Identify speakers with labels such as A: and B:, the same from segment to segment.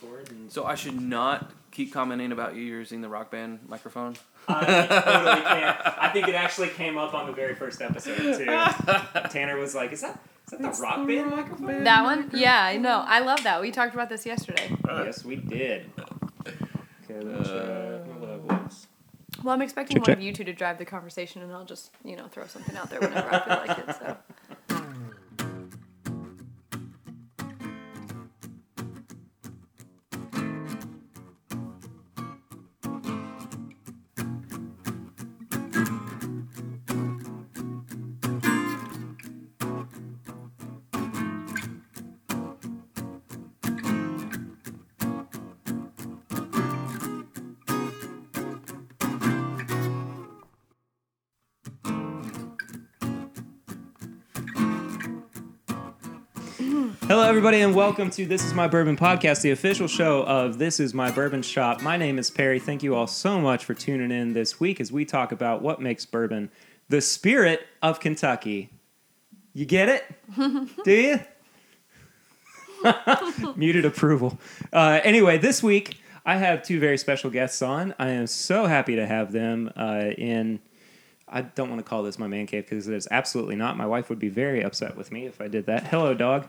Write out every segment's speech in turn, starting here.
A: sword. And
B: So I should not keep commenting about you using the rock band microphone.
A: I totally can't. I think it actually came up on the very first episode too. Tanner was like, "Is that is that the rock band microphone?"
C: That one? Yeah, I know. I love that. We talked about this yesterday.
A: Yes, we did. Okay, let me check my levels.
C: Well, I'm expecting one of you two to drive the conversation, and I'll just, you know, throw something out there whenever I feel like it. So.
A: Hello, everybody, and welcome to This Is My Bourbon Podcast, the official show of This Is My Bourbon Shop. My name is Perry. Thank you all so much for tuning in this week as we talk about what makes bourbon the spirit of Kentucky. You get it? Do you? Muted approval. Uh, anyway, this week I have two very special guests on. I am so happy to have them uh, in. I don't want to call this my man cave because it is absolutely not. My wife would be very upset with me if I did that. Hello, dog.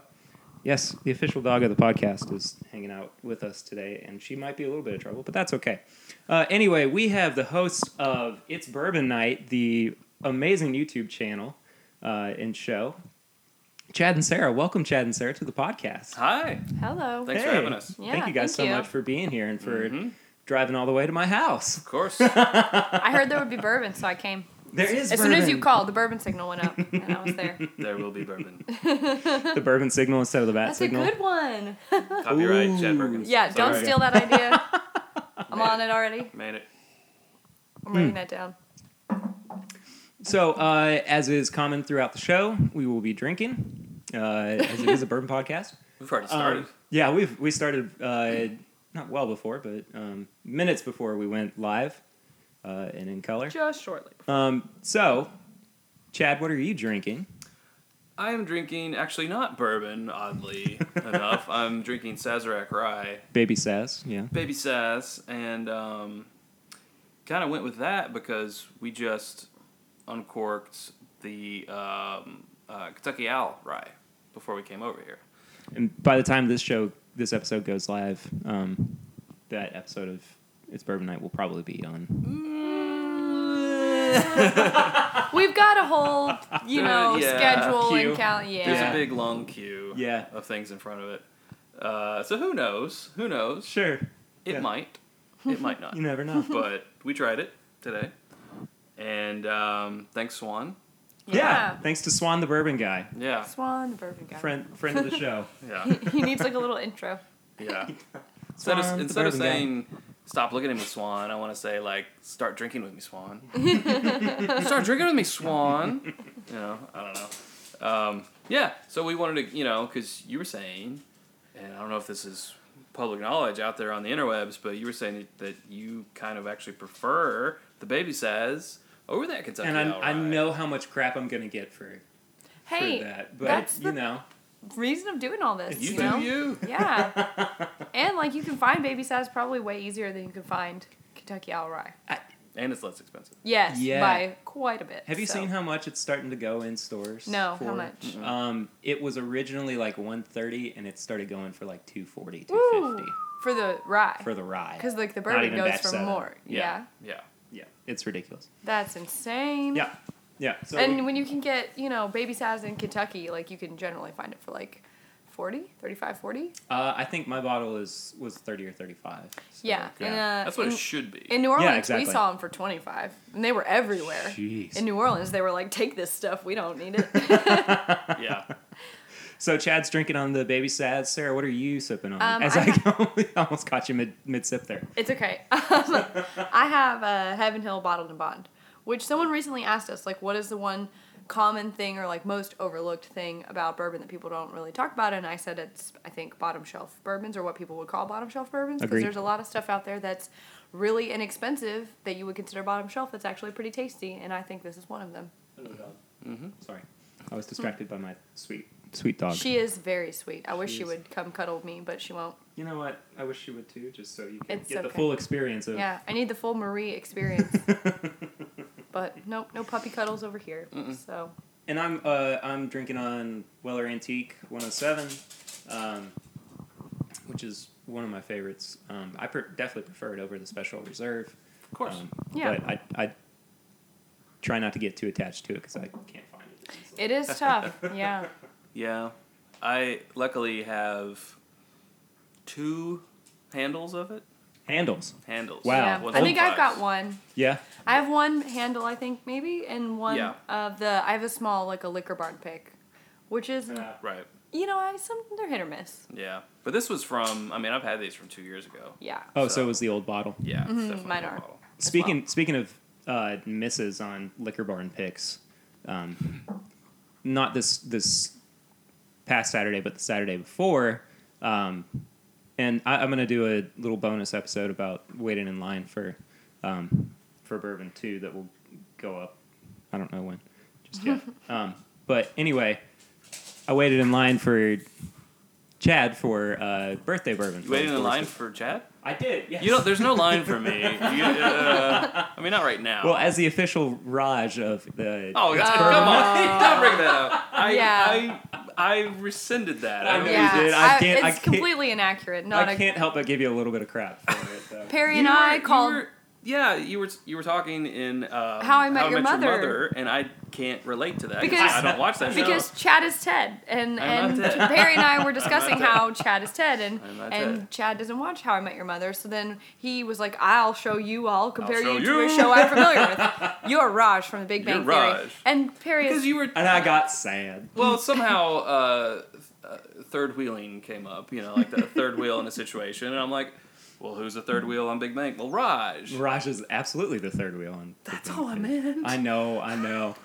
A: Yes, the official dog of the podcast is hanging out with us today, and she might be a little bit of trouble, but that's okay. Uh, anyway, we have the hosts of It's Bourbon Night, the amazing YouTube channel uh, and show. Chad and Sarah, welcome Chad and Sarah to the podcast.
B: Hi.
C: Hello.
B: Thanks for having us. Mm-hmm.
C: Yeah,
A: thank you guys
C: thank
A: so
C: you.
A: much for being here and for driving all the way to my house.
B: Of course.
C: I heard there would be bourbon, so I came.
A: There is
C: As soon as you called, the bourbon signal went up, and I was there.
B: there will be bourbon.
A: the bourbon signal instead of the bat
C: That's
A: signal.
C: a good one.
B: Copyright Chad Perkins.
C: Yeah, don't
B: Sorry.
C: steal that idea. I'm on it already.
B: Made it.
C: I'm writing
B: Hmm.
C: that down.
A: So, uh, as is common throughout the show, we will be drinking, uh, as it is a bourbon podcast.
B: We've already
A: Um,
B: started.
A: yeah, we've we started uh, not well before, but um, minutes before we went live uh, and in color.
C: Just shortly.
A: Um, so, Chad, what are you drinking?
B: I am drinking actually not bourbon, oddly enough. I'm drinking Sazerac Rye,
A: Baby says, yeah.
B: Baby Saz, and um, kind of went with that because we just uncorked the um, uh, Kentucky Owl Rye before we came over here.
A: And by the time this show, this episode goes live, um, that episode of It's Bourbon Night will probably be on.
C: We've got a whole, you know,
B: Uh, Yeah.
C: schedule
A: Queue.
C: and count. Yeah.
B: There's
A: Yeah.
B: a big long queue
A: Yeah.
B: of things in front of it. Uh, so who knows? Who knows?
A: Sure,
B: It
A: Yeah.
B: might. It might not.
A: you never know.
B: But we tried it today. And um, thanks, Swan.
A: yeah. thanks to Swan the Bourbon Guy,
B: Yeah.
C: Swan, the bourbon guy.
A: friend friend of the show.
B: Yeah.
C: He needs like a little intro.
B: Yeah. instead of,
A: Swan the
B: instead of
A: Bourbon Guy.
B: saying, stop looking at me, Swan, I want to say, like, start drinking with me, Swan. start drinking with me, Swan. You know, I don't know. Um, yeah. So we wanted to, you know, because you were saying, and I don't know if this is public knowledge out there on the interwebs, but you were saying that you kind of actually prefer the baby says over that Kentucky
A: and I,
B: Owl
A: I
B: Rye.
A: know how much crap I'm gonna get for, for
C: Hey,
A: that, but
C: that's
A: you
C: the
A: know,
C: reason of doing all this.
B: You,
C: You
B: do
C: know?
B: you.
C: Yeah. and like you can find baby sass probably way easier than you can find Kentucky Owl Rye.
B: And it's less expensive.
C: Yes,
A: Yeah.
C: by quite a bit.
A: Have you
C: so.
A: seen how much it's starting to go in stores?
C: No, how much?
A: Um, it was originally like 130 and it started going for like 240,
C: Ooh.
A: 250
C: for the rye?
A: for the rye.
C: Because like the
A: Not
C: bourbon
A: even
C: goes
A: batch
C: for
A: seven.
C: more. Yeah.
B: Yeah.
A: Yeah, it's ridiculous.
C: that's insane.
A: Yeah. Yeah. So
C: and
A: we-
C: when you can get you know baby sass in Kentucky, like you can generally find it for like 40, 35, 40.
A: uh, I think my bottle is was 30 or 35. so-
C: yeah, and, uh,
B: That's what
C: in,
B: it should be.
C: in New Orleans,
A: exactly.
C: we saw them for twenty five, and they were everywhere.
A: Jeez.
C: In New Orleans, they were like, "Take this stuff, we don't need it."
B: yeah.
A: So Chad's drinking on the baby sad. Sarah, what are you sipping on?
C: Um,
A: As
C: I
A: I, go, almost caught you mid mid sip there.
C: It's okay. Um, I have a Heaven Hill bottled and bond, which someone recently asked us, like, what is the one common thing or like most overlooked thing about bourbon that people don't really talk about? And I said it's I think bottom shelf bourbons or what people would call bottom shelf bourbons because
A: Agreed.
C: there's a lot of stuff out there that's really inexpensive that you would consider bottom shelf that's actually pretty tasty, and I think this is one of them.
A: Sorry, I was distracted by my sweet Mm-hmm. sweet dog.
C: She is very sweet. I wish
A: She
C: she
A: is.
C: would come cuddle me, but she won't.
A: you know what? I wish she would too, just so you can
C: It's
A: get the
C: okay.
A: full experience of.
C: Yeah, I need the full Marie experience. but nope, no puppy cuddles over here. So
A: and I'm uh, I'm drinking on Weller Antique 107, um, which is one of my favorites. Um, I per- definitely prefer it over the Special Reserve.
B: Of course.
A: Um,
C: Yeah.
A: But I, I try not to get too attached to it because I can't find it. easily.
C: it is tough. Yeah.
B: yeah. I luckily have two handles of it.
A: Handles.
B: Handles.
A: Wow.
C: yeah.
B: Well,
C: I think I've
B: fives.
C: got one.
A: Yeah.
C: I have one handle, I think maybe, and one
B: Yeah.
C: of the. I have a small like a liquor barn pick, which is
B: Right.
C: you know I some they're hit or miss.
B: Yeah. But this was from, I mean, I've had these from two years ago.
C: Yeah.
A: oh, so it was the old bottle.
B: Yeah. it's definitely
C: Mm-hmm. mine
B: a
C: are.
B: bottle.
A: Speaking speaking of uh, misses on liquor barn picks, um, not this this past Saturday, but the Saturday before. Um, and I, I'm gonna do a little bonus episode about waiting in line for um, for bourbon too. That will go up. I don't know when, just yet. um, but anyway, I waited in line for Chad for uh, birthday bourbon.
B: You waiting in line for Chad?
A: I did. Yes.
B: You know, there's no line for me. You, uh, I mean, not right now.
A: Well, as the official Raj of the.
B: oh,
A: it's
B: that's,
A: bourbon.
B: come on! Don't bring that up. I,
C: Yeah.
B: I, I rescinded that.
A: I
B: I
A: know
B: mean,
A: you
C: Yeah.
A: did. I
C: I-
A: can't- I
C: it's
A: can't-
C: completely inaccurate. Not
A: I
C: a-
A: can't help but give you a little bit of crap for it, though.
C: Perry
B: you
C: and
B: were-
C: I
B: you
C: called.
B: were- yeah, you were you were talking in um,
C: How I Met Your Mother.
B: and I can't relate to that
C: Because-
B: I don't watch that show.
C: because Chad is Ted, and
B: I'm
C: and
B: not Ted.
C: Perry and I were
B: I'm not
C: discussing
B: Ted.
C: how Chad is Ted, and
B: I'm not
C: and
B: Ted.
C: Chad doesn't watch How I Met Your Mother, so then he was like, "I'll show you, I'll compare
B: show
C: you to
B: you."
C: a show I'm familiar with. You're Raj from The Big
B: You're
C: Bang Theory,
B: Raj.
C: and Perry
B: because
C: is
B: you were
A: And I got sad.
B: well somehow uh, uh, third wheeling came up. You know, like the third wheel in a situation, and I'm like, well, who's the third wheel on Big Bang? Well, Raj.
A: Raj is absolutely the third wheel on.
B: That's all I meant.
A: I know, I know.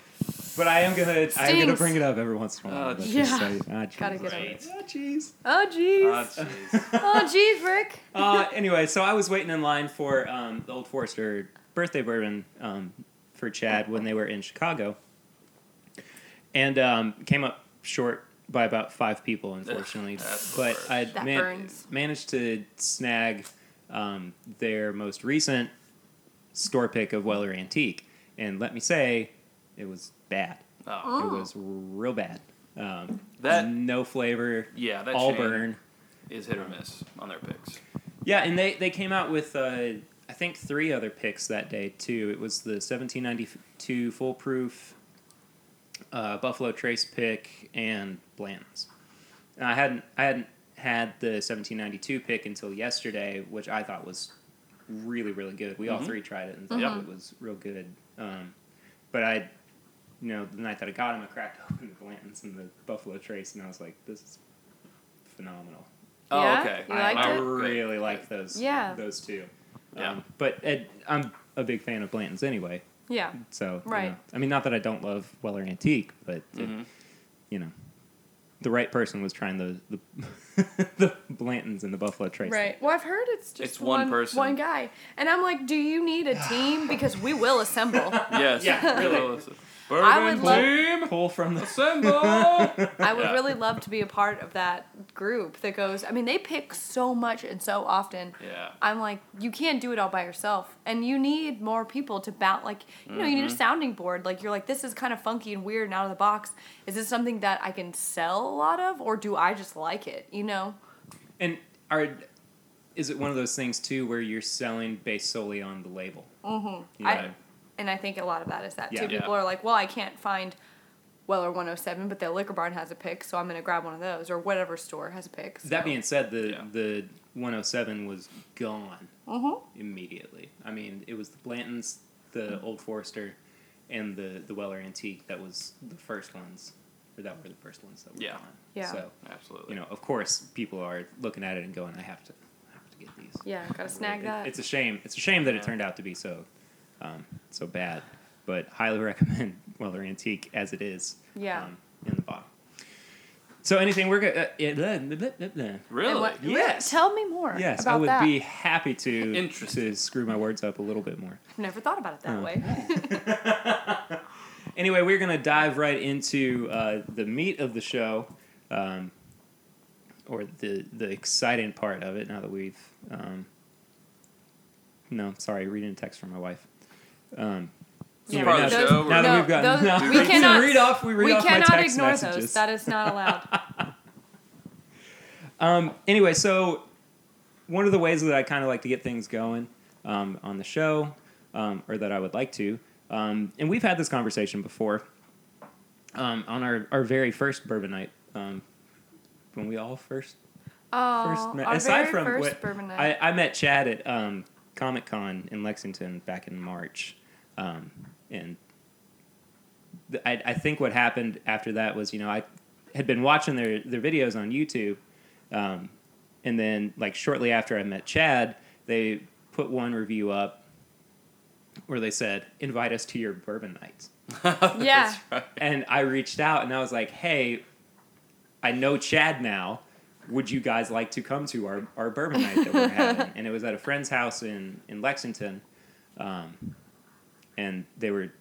A: But I am gonna, I am gonna
C: Stings.
A: bring it up every once in a while.
B: Oh,
A: Let's
C: jeez.
A: just say- ah,
C: Gotta
A: jeez.
C: get over it.
A: Ah, jeez.
C: oh
B: Ah,
C: jeez,
B: jeez.
C: oh jeez, Rick.
A: uh, anyway, so I was waiting in line for um, the Old Forester birthday bourbon um, for Chad when they were in Chicago, and um, came up short by about five people, unfortunately.
B: that's the
A: but
B: worst.
A: I
C: That burns.
A: managed to snag um, their most recent store pick of Weller Antique, and let me say, it was bad.
B: Oh.
A: It was real bad. Um,
B: That-
A: no flavor.
B: Yeah, that
A: all
B: chain
A: burn.
B: is hit or miss on their picks.
A: Yeah, and they, they came out with uh, I think three other picks that day too. It was the 1792 foolproof, uh, Buffalo Trace pick, and Blanton's. And I hadn't I hadn't had the 1792 pick until yesterday, which I thought was really really good. We all
B: Mhm.
A: three tried it and thought
B: Yep.
A: it was real good. Um, but I, you know, the night that I got him, I cracked open the Blanton's and the Buffalo Trace, and I was like, this is phenomenal.
B: Oh,
C: Yeah?
B: okay.
C: You
A: I,
C: liked
A: I
C: it?
A: really like those.
C: Yeah.
A: Those two.
B: Yeah.
A: Um, but Ed, I'm a big fan of Blanton's anyway,
C: Yeah,
A: so you
C: Right.
A: know. I mean, not that I don't love Weller Antique, but it-
B: Mhm.
A: you know, the right person was trying the the, the Blantons and the Buffalo Trace.
C: right. Well, I've heard it's just
B: It's one person.
C: one guy, and I'm like, do you need a team? Because we will assemble.
B: Yes.
A: Yeah, really.
B: Bourbon
C: I would love-
B: team,
A: Pull from the.
B: assemble.
C: I would
B: Yeah.
C: really love to be a part of that group that goes. I mean, they pick so much and so often.
B: yeah.
C: I'm like, you can't do it all by yourself, and you need more people to bounce. Like, you know, you
A: Mm-hmm.
C: need a sounding board. Like, you're like, this is kind of funky and weird and out of the box. Is this something that I can sell a lot of, or do I just like it? You know?
A: And are is it one of those things too where you're selling based solely on the label?
C: Mm-hmm.
A: You
C: I,
A: know?
C: and I think a lot of that is that
A: Yeah.
C: too.
B: Yeah.
C: People are like, well, I can't find Weller 107, but the liquor barn has a pick, so I'm gonna grab one of those, or whatever store has a pick.
A: That being said, the
B: Yeah.
A: the 107 was gone.
C: hmm
A: immediately. I mean, it was the Blantons, the Old Forester, and the the Weller Antique that was the first ones, or that were the first ones that were
B: Yeah.
A: gone.
C: Yeah.
A: So
B: Absolutely.
A: you know, of course, people are looking at it and going, "I have to, I have to get these."
C: Yeah, gotta snag
A: It-
C: that.
A: It's a shame. It's a shame that
B: Yeah.
A: it turned out to be so, um, so bad. But highly recommend Weller Antique as it is.
C: Yeah.
A: Um, in the bottle. So anything we're gonna uh, yeah, blah, blah, blah, blah, blah.
B: Really?
C: And what-
A: Yeah. Yes.
C: Tell me more.
A: Yes,
C: about
A: I would
C: that.
A: be happy to
B: Interesting.
A: to screw my words up a little bit more.
C: I've never thought about it that
A: Oh.
C: way.
A: Anyway, we're going to dive right into uh, the meat of the show, um, or the the exciting part of it. Now that we've, um, no, sorry, reading a text from my wife. Um,
C: Yeah,
B: Part of the
A: now,
B: show,
A: now
C: no,
A: that we've gotten,
C: those-
A: no,
C: we
A: we
C: cannot-
A: can read off. We read
C: we
A: off my
C: cannot
A: text
C: ignore
A: messages.
C: those. That is not allowed.
A: Um, anyway, so one of the ways that I kind of like to get things going um, on the show, um, or that I would like to, um, and we've had this conversation before um, on our, our very first bourbon night um, when we all first
C: Oh,
A: first met.
C: our
A: aside
C: very
A: from
C: first
A: what-
C: bourbon night.
A: I, I met Chad at um, Comic Con in Lexington back in March, um, and th- I, I think what happened after that was you know I had been watching their their videos on YouTube, um, and then like shortly after I met Chad, they put one review up where they said invite us to your bourbon nights
C: Yeah.
B: That's right.
A: and I reached out and I was like, "Hey, I know Chad now. Would you guys like to come to our, our bourbon night that we're having?" and it was at a friend's house in in Lexington, um, and they were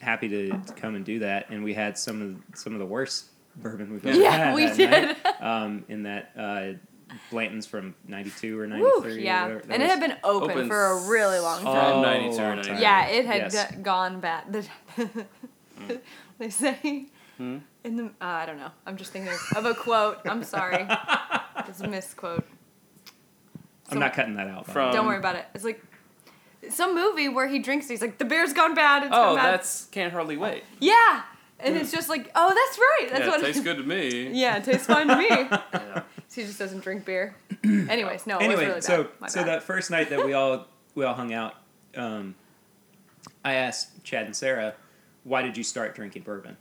A: happy to, to come and do that. And we had some of some of the worst bourbon we've ever
C: Yeah,
A: had.
C: we
A: that
C: did.
A: night, um, in that uh, Blanton's from '92 or
C: Woo,
A: '93.
C: yeah. And it had been open,
B: Open
C: for a really long
B: Oh,
C: time.
A: long
B: 92 or
A: time.
B: 93.
C: yeah, it had
A: Yes.
C: g- gone bad.
A: Mm.
C: they say
B: Hmm?
C: in the uh, I don't know. I'm just thinking of a quote. I'm sorry. It's a misquote.
A: I'm not cutting that out. by the
B: From-
A: way.
C: Don't
B: Um,
C: worry about it. It's like some movie where he drinks. He's like, the beer's gone bad. It's
B: Oh,
C: gone bad.
B: that's can't hardly wait.
C: yeah. And it's just like, oh, that's right. That's
B: yeah,
C: what
B: it tastes good to me.
C: Yeah, it tastes fine to me.
B: Yeah.
C: So he just doesn't drink beer. Anyways, no.
A: anyway,
C: Oh, it was really
A: so
C: bad. My
A: so
C: bad.
A: that first night that we all we all hung out, um, I asked Chad and Sarah, "Why did you start drinking bourbon,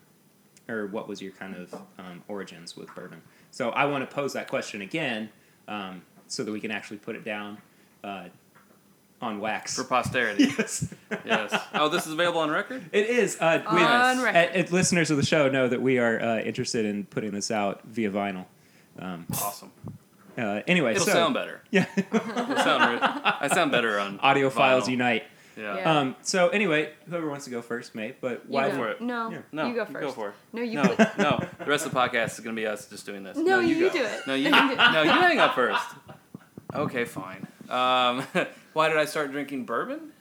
A: or what was your kind of um, origins with bourbon?" So I want to pose that question again, um, so that we can actually put it down uh, on wax.
B: For posterity.
A: yes,
B: yes. Oh, this is available on record?
A: it is. Uh, we-
C: On record.
A: uh, uh, listeners of the show know that we are uh, interested in putting this out via vinyl. Um,
B: Awesome.
A: uh, anyway,
B: It'll
A: so
B: sound better.
A: yeah,
B: It'll sound re- I sound better on
A: audio files
B: vinyl.
A: unite.
B: Yeah.
C: Yeah.
A: Um, so anyway, whoever wants to go first, mate. But
C: You
A: why?
C: go.
B: for it.
C: No,
A: Yeah.
B: No,
C: you go first.
B: for it.
C: No, you.
B: No,
C: put-
B: no. The rest of the podcast is gonna be us just doing this.
C: No, you
B: go.
C: do it.
B: No, you.
C: You do it.
B: no, you hang up first. Okay, fine. Um, why did I start drinking bourbon?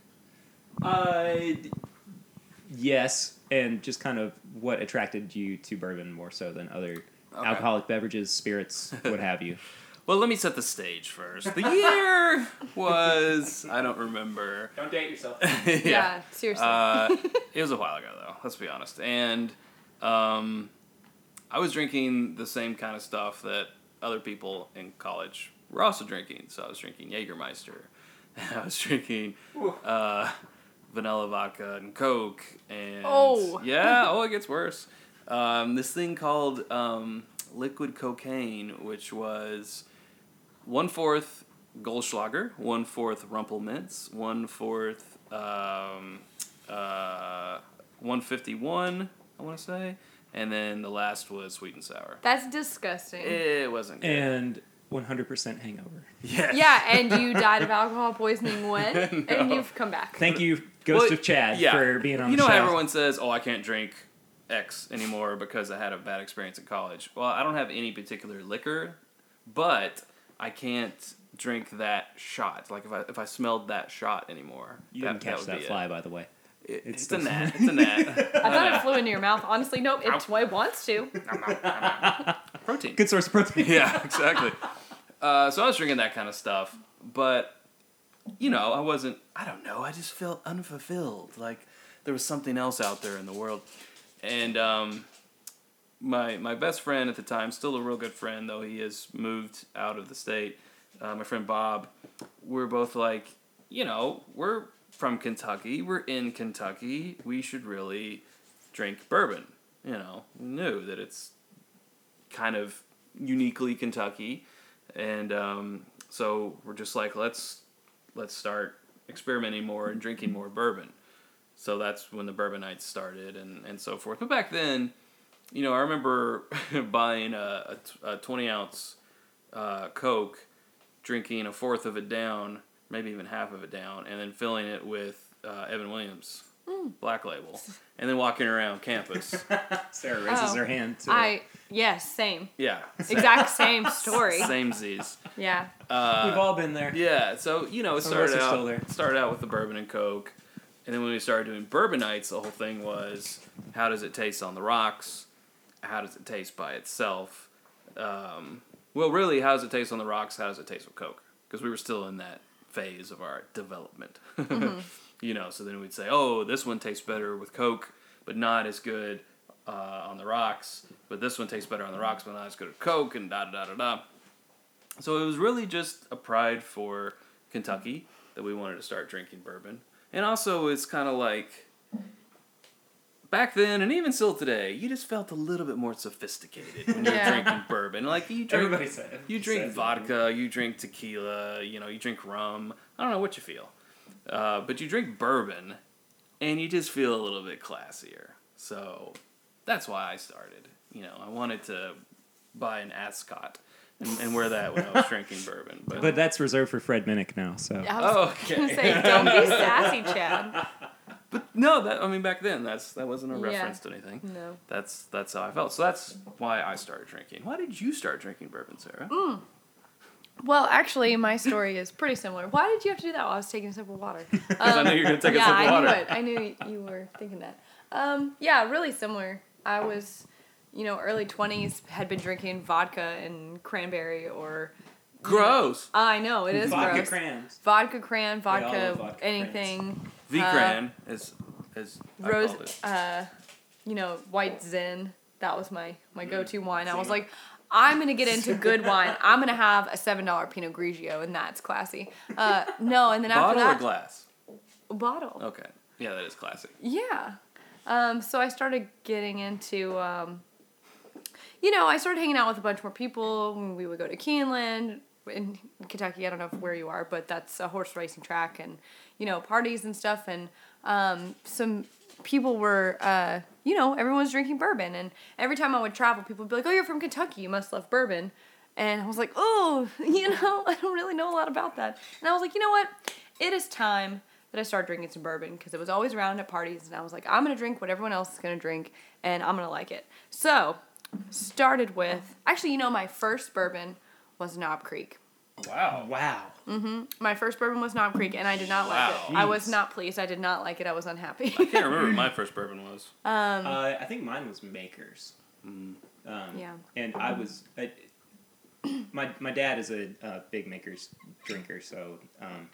B: Uh,
A: Yes, and just kind of what attracted you to bourbon more so than other alcoholic beverages, spirits, what have you.
B: well, let me set the stage first. The year was I don't remember.
A: Don't date yourself.
C: yeah. seriously.
B: Uh, it was a while ago, though. Let's be honest. And um, I was drinking the same kind of stuff that other people in college were also drinking. So I was drinking Jägermeister, and I was drinking uh, vanilla vodka and Coke. And
C: Oh.
B: yeah, oh, it gets worse. Um, this thing called um, liquid cocaine, which was one fourth Goldschlager, one fourth Rumpelminz, one fourth um, uh, 151, I want to say, and then the last was sweet and sour.
C: That's disgusting.
B: It wasn't good.
A: And 100% hangover.
B: yes.
C: yeah, and you died of alcohol poisoning when, and
B: No.
C: you've come back.
A: Thank you, Ghost
B: Well,
A: of Chad,
B: yeah.
A: for being on
B: You
A: the
B: know,
A: show.
B: how everyone says, "Oh, I can't drink X anymore because I had a bad experience in college." Well, I don't have any particular liquor, but I can't drink that shot. Like if I if I smelled that shot anymore,
A: you didn't catch that,
B: would be it.
A: fly, by the way.
B: It-
A: It's
B: it's, a
A: the-
B: gnat. It's a gnat.
C: I thought it flew into your mouth. Honestly, nope. It tw- it wants to.
B: Protein.
A: Good source of protein.
B: yeah, exactly. Uh, so I was drinking that kind of stuff, but you know, I wasn't. I don't know. I just felt unfulfilled. Like there was something else out there in the world, and um, my my best friend at the time, still a real good friend, though he has moved out of the state. Uh, my friend Bob, we're both like, you know, we're from Kentucky. We're in Kentucky. We should really drink bourbon. You know, knew that it's kind of uniquely Kentucky, and um, so we're just like let's let's start experimenting more and drinking more bourbon. So that's when the bourbon nights started and and so forth. But back then, you know, I remember buying a, a t- a twenty ounce uh, Coke, drinking a fourth of it down, maybe even half of it down, and then filling it with uh, Evan Williams Black Label, and then walking around campus.
A: Sarah raises
C: Oh.
A: her hand. To,
C: I yes, same,
B: yeah,
C: exact same story.
B: same Z's.
C: Yeah,
A: We've all been there.
B: Yeah, so you know, it
A: Some of us
B: started
A: are still
B: out
A: there.
B: started out with the bourbon and coke, and then when we started doing bourbon nights, the whole thing was how does it taste on the rocks? How does it taste by itself? Um, well, really, how does it taste on the rocks? How does it taste with coke? Because we were still in that phase of our development. you know, so then we'd say, oh, this one tastes better with coke, but not as good uh, on the rocks. But this one tastes better on the rocks, but not as good with coke, and da da da da da. So it was really just a pride for Kentucky that we wanted to start drinking bourbon. And also, it's kind of like back then, and even still today, you just felt a little bit more sophisticated when you're
C: Yeah.
B: drinking bourbon. Like you drink,
A: Everybody said.
B: you drink
A: says that.
B: vodka, you drink tequila, you know, you drink rum. I don't know what you feel, uh, but you drink bourbon, and you just feel a little bit classier. So that's why I started. You know, I wanted to buy an ascot and, and wear that when I was drinking bourbon. But,
A: But that's reserved for Fred Minnick now. So
C: I was
B: oh,
C: gonna
B: okay.
C: say, don't be sassy, Chad.
B: No, that I mean back then that's that wasn't a
C: Yeah.
B: reference to anything.
C: No.
B: That's that's how I felt. So that's why I started drinking. Why did you start drinking bourbon, Sarah?
C: Mm, Well, actually, my story is pretty similar. Why did you have to do that while I was taking a sip of water?
B: Because I knew you were gonna take a sip of water.
C: um, I knew it. I knew you were thinking that. Um, yeah, really similar. I was, you know, early 20s, had been drinking vodka and cranberry or. ah,
B: Gross.
C: I know, it is
A: vodka
C: gross.
A: crams.
C: vodka cran, vodka,
A: love vodka
C: anything.
B: The
C: Uh,
B: cran as as I
C: Rose,
B: called it.
C: uh, you know, white zin. That was my, my
B: Mm,
C: go to wine. I was
A: Zin.
C: like, I'm going to get into good wine. I'm going to have a $7 Pinot Grigio, and that's classy. Uh, no, and then after
B: Bottle
C: that,
B: or glass?
C: bottle.
B: Okay. Yeah, that is classic.
C: Yeah. Um, so I started getting into, um, you know, I started hanging out with a bunch more people. We would go to Keeneland in Kentucky. I don't know if where you are, but that's a horse racing track and, you know, parties and stuff. And um, some people were, uh, you know, everyone was drinking bourbon. And every time I would travel, people would be like, oh, you're from Kentucky. You must love bourbon. And I was like, oh, you know, I don't really know a lot about that. And I was like, you know what? It is time that I started drinking some bourbon because it was always around at parties. And I was like, I'm going to drink what everyone else is going to drink and I'm going to like it. So, started with actually, you know, my first bourbon was Knob Creek.
A: Wow. Wow.
C: My first bourbon was Knob Creek and I did not like it.
A: Wow.
C: I was
A: Jeez.
C: not pleased. I did not like it. I was unhappy.
B: I can't remember what my first bourbon was.
A: Uh, I think mine was Makers. Um,
C: Yeah.
A: And I was. I, my, my dad is a uh, big Makers drinker, so um,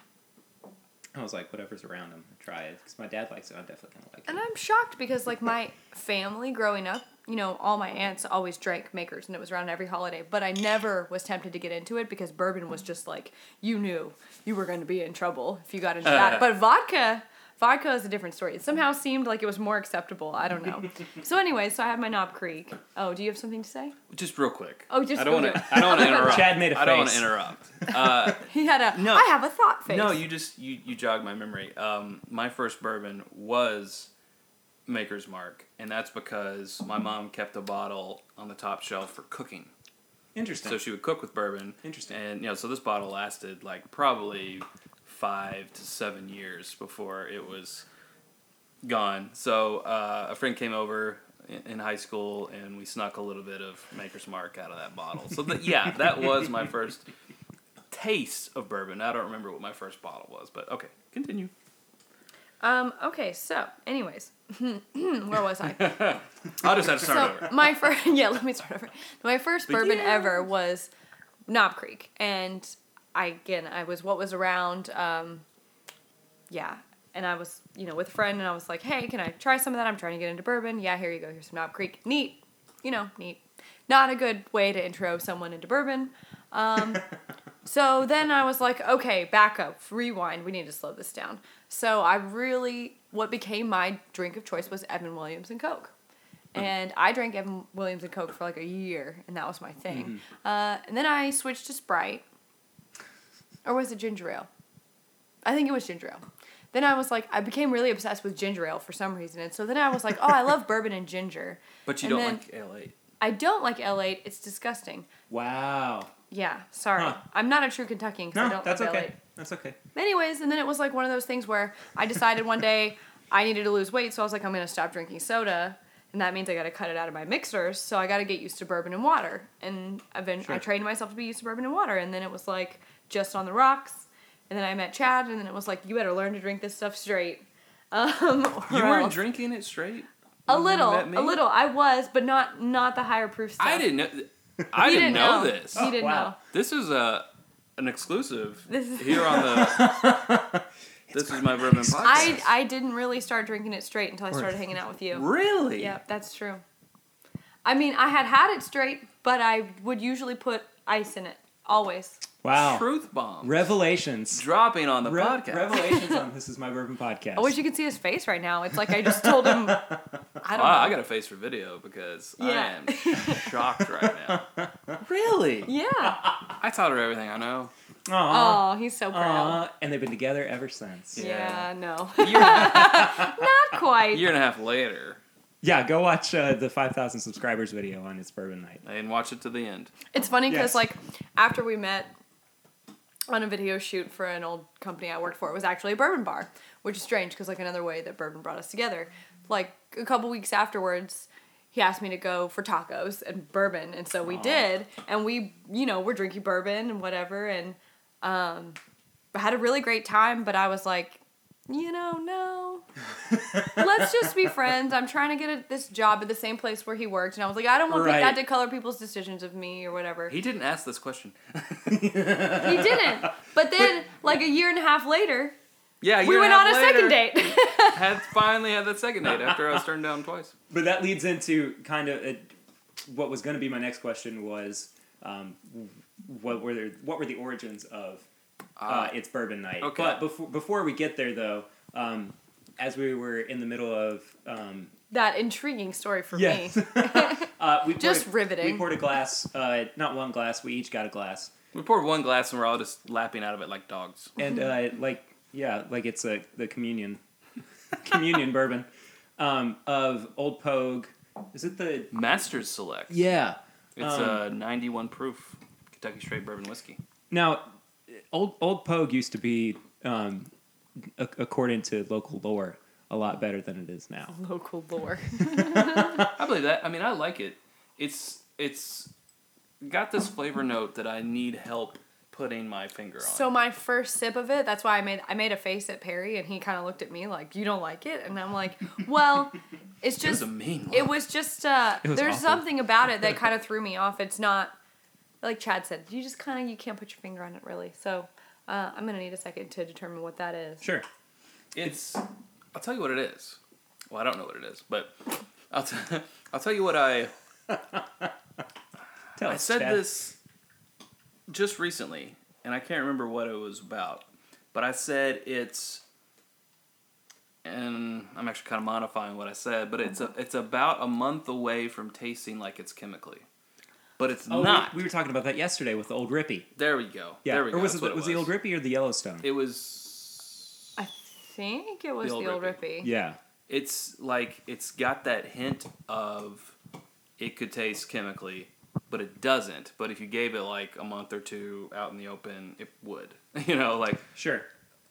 A: I was like, whatever's around him, try it. Because my dad likes it, I'm definitely going to
C: And
A: like
C: I'm shocked because like my family growing up, you know, all my aunts always drank makers and it was around every holiday, but I never was tempted to get into it because bourbon was just like you knew you were going to be in trouble if you got into
B: Uh.
C: that. But vodka vodka is a different story. It somehow seemed like it was more acceptable. I don't know. so anyway, so I had my Knob Creek. Oh, do you have something to say?
B: Just real quick.
C: Oh, just
B: I don't
C: real
B: want to.
C: quick.
B: I don't want to interrupt.
A: Chad made a
B: I don't want
A: face.
B: to interrupt.
C: He had a.
B: No.
C: I have a thought face.
B: No, you just you you jogged my memory. Um, my first bourbon was Maker's Mark, and that's because my mom kept a bottle on the top shelf for cooking.
A: it. Interesting.
B: So she would cook with bourbon.
A: Interesting.
B: And you know, so this bottle lasted like probably five to seven years before it was gone. So uh, a friend came over in, in high school, and we snuck a little bit of Maker's Mark out of that bottle. So that yeah, that was my first taste of bourbon. I don't remember what my first bottle was, but okay, continue.
C: Um. Okay. So, anyways, where was I?
B: I'll just have to start
C: so
B: over.
C: my first yeah let me start over my first bourbon
B: Begin.
C: ever was knob creek and i again i was what was around um, yeah and i was you know with a friend and i was like hey can i try some of that i'm trying to get into bourbon yeah here you go here's some knob creek neat you know neat not a good way to intro someone into bourbon Um, so then I was like, okay, back up, rewind. We need to slow this down. So I really, what became my drink of choice was Evan Williams and Coke. And I drank Evan Williams and Coke for like a year, and that was my thing.
A: Mm-hmm.
C: Uh, and then I switched to Sprite. Or was it ginger ale? I think it was ginger ale. Then I was like, I became really obsessed with ginger ale for some reason. And so then I was like, oh, I love bourbon and ginger.
B: But you
C: And
B: don't
C: then-
B: like L eight.
C: I don't like L8, it's disgusting.
A: wow.
C: Yeah, sorry.
A: Huh.
C: I'm not a true Kentuckian because I
A: No,
C: don't
A: that's
C: love
A: okay.
C: L8.
A: That's okay.
C: Anyways, and then it was like one of those things where I decided one day I needed to lose weight, so I was like, I'm gonna stop drinking soda, and that means I gotta cut it out of my mixers. So I gotta get used to bourbon and water, and eventually I
A: Sure.
C: trained myself to be used to bourbon and water, and then it was like just on the rocks, and then I met Chad, and then it was like you better learn to drink this stuff straight. Um, or
B: You weren't
C: else-
B: drinking it straight.
C: a
B: when you
C: little,
B: met me?
C: a little. I was, but not not the higher proof stuff.
B: I didn't know. I
C: He
B: didn't, know, this.
C: He didn't
A: wow.
C: know.
B: This is a an exclusive
C: This is-
B: here on the. this is my bourbon podcast.
C: I, I didn't really start drinking it straight until I
A: Word.
C: started hanging out with you.
B: really.
C: Yeah, that's true. I mean, I had had it straight, but I would usually put ice in it always.
A: Wow.
B: Truth bomb.
A: Revelations.
B: dropping on the
A: Re-
B: podcast.
A: Revelations on This Is My Bourbon Podcast.
C: I wish you could see his face right now. It's like I just told him. I don't.
B: Wow,
C: know.
B: I got a face for video because
C: Yeah.
B: I am shocked right now. really?
C: Yeah.
B: I taught her everything I know.
A: Aw.
C: Oh, he's so proud.
A: Aw. And they've been together ever since.
B: Uh-huh. Yeah.
C: yeah. No.
B: A year, a
C: Not quite.
B: year and a half later,
A: Yeah, go watch uh, the 5,000 subscribers video on It's Bourbon Night.
B: I didn't watch it to the end.
C: It's funny because
A: Yes.
C: like after we met on a video shoot for an old company I worked for, it was actually a bourbon bar, which is strange because like another way that bourbon brought us together. Like a couple weeks afterwards, he asked me to go for tacos and bourbon, and so we did, and we you know we're drinking bourbon and whatever, and um, I had a really great time, but I was like. You know, no. Let's just be friends. I'm trying to get a, this job at the same place where he worked, and I was like, I don't want
A: Right.
C: that to color people's decisions of me or whatever.
B: He didn't ask this question.
C: He didn't. But then, like a year and a half later,
B: Yeah, a
C: we
B: year and
C: went on a
B: half later,
C: second date.
B: Had finally had that second date after I was turned down twice.
A: But that leads into kind of uh what was going to be my next question was um, what were the, what were the origins of uh,
B: Ah.
A: It's Bourbon Night?
B: Okay.
A: But before, before we get there, though, um, as we were in the middle of. Um,
C: that intriguing story for
A: Yes.
C: me.
A: uh, we poured
C: Just
A: a-
C: riveting.
A: We poured a glass, uh, not one glass, we each got a glass.
B: We poured one glass and we're all just lapping out of it like dogs.
A: and uh,
C: Mm-hmm.
A: like yeah, like it's a the communion, communion bourbon um, of Old Pogue. Is it the
B: Masters Select.
A: yeah?
B: It's
A: Um,
B: a 91 proof Kentucky straight bourbon whiskey.
A: Now, Old Old Pogue used to be, um, a- according to local lore, a lot better than it is
B: Mm-hmm.
A: now.
C: Local lore.
B: I believe that. I mean, I like it. It's it's got this flavor note that I need help putting my finger on.
C: So my first sip of it, that's why I made I made a face at Perry and he kind of looked at me like, "You don't like it?" And I'm like, "Well, it's
B: it was
C: just
B: a mean
C: it
B: one.
C: was just uh
A: It was
C: there's
A: awful.
C: something about it that kind of threw me off. It's not like Chad said, you just kind of you can't put your finger on it really. So, uh, I'm going to need a second to determine what that is.
A: Sure.
B: It's. I'll tell you what it is. Well, I don't know what it is, but I'll t- I'll tell you what I
A: Tell
B: I
A: us,
B: said
A: Chad.
B: this just recently, and I can't remember what it was about, but I said it's, and I'm actually kind of modifying what I said, but it's a,
A: Mm-hmm.
B: it's about a month away from tasting like it's chemically, but it's
A: Oh, we-
B: not.
A: We, were talking about that yesterday with the Old Rippy.
B: there we go.
A: Yeah.
B: There we
A: or
B: go.
A: was
B: That's
A: it,
B: what
A: the- was the Old Rippy or the Yellowstone?
B: It was.
C: I think it was the
B: old
C: old,
B: Rippy.
C: Rippy.
A: yeah.
B: It's like it's got that hint of it could taste chemically, but it doesn't. But if you gave it like a month or two out in the open, it would. You know, like
A: Sure.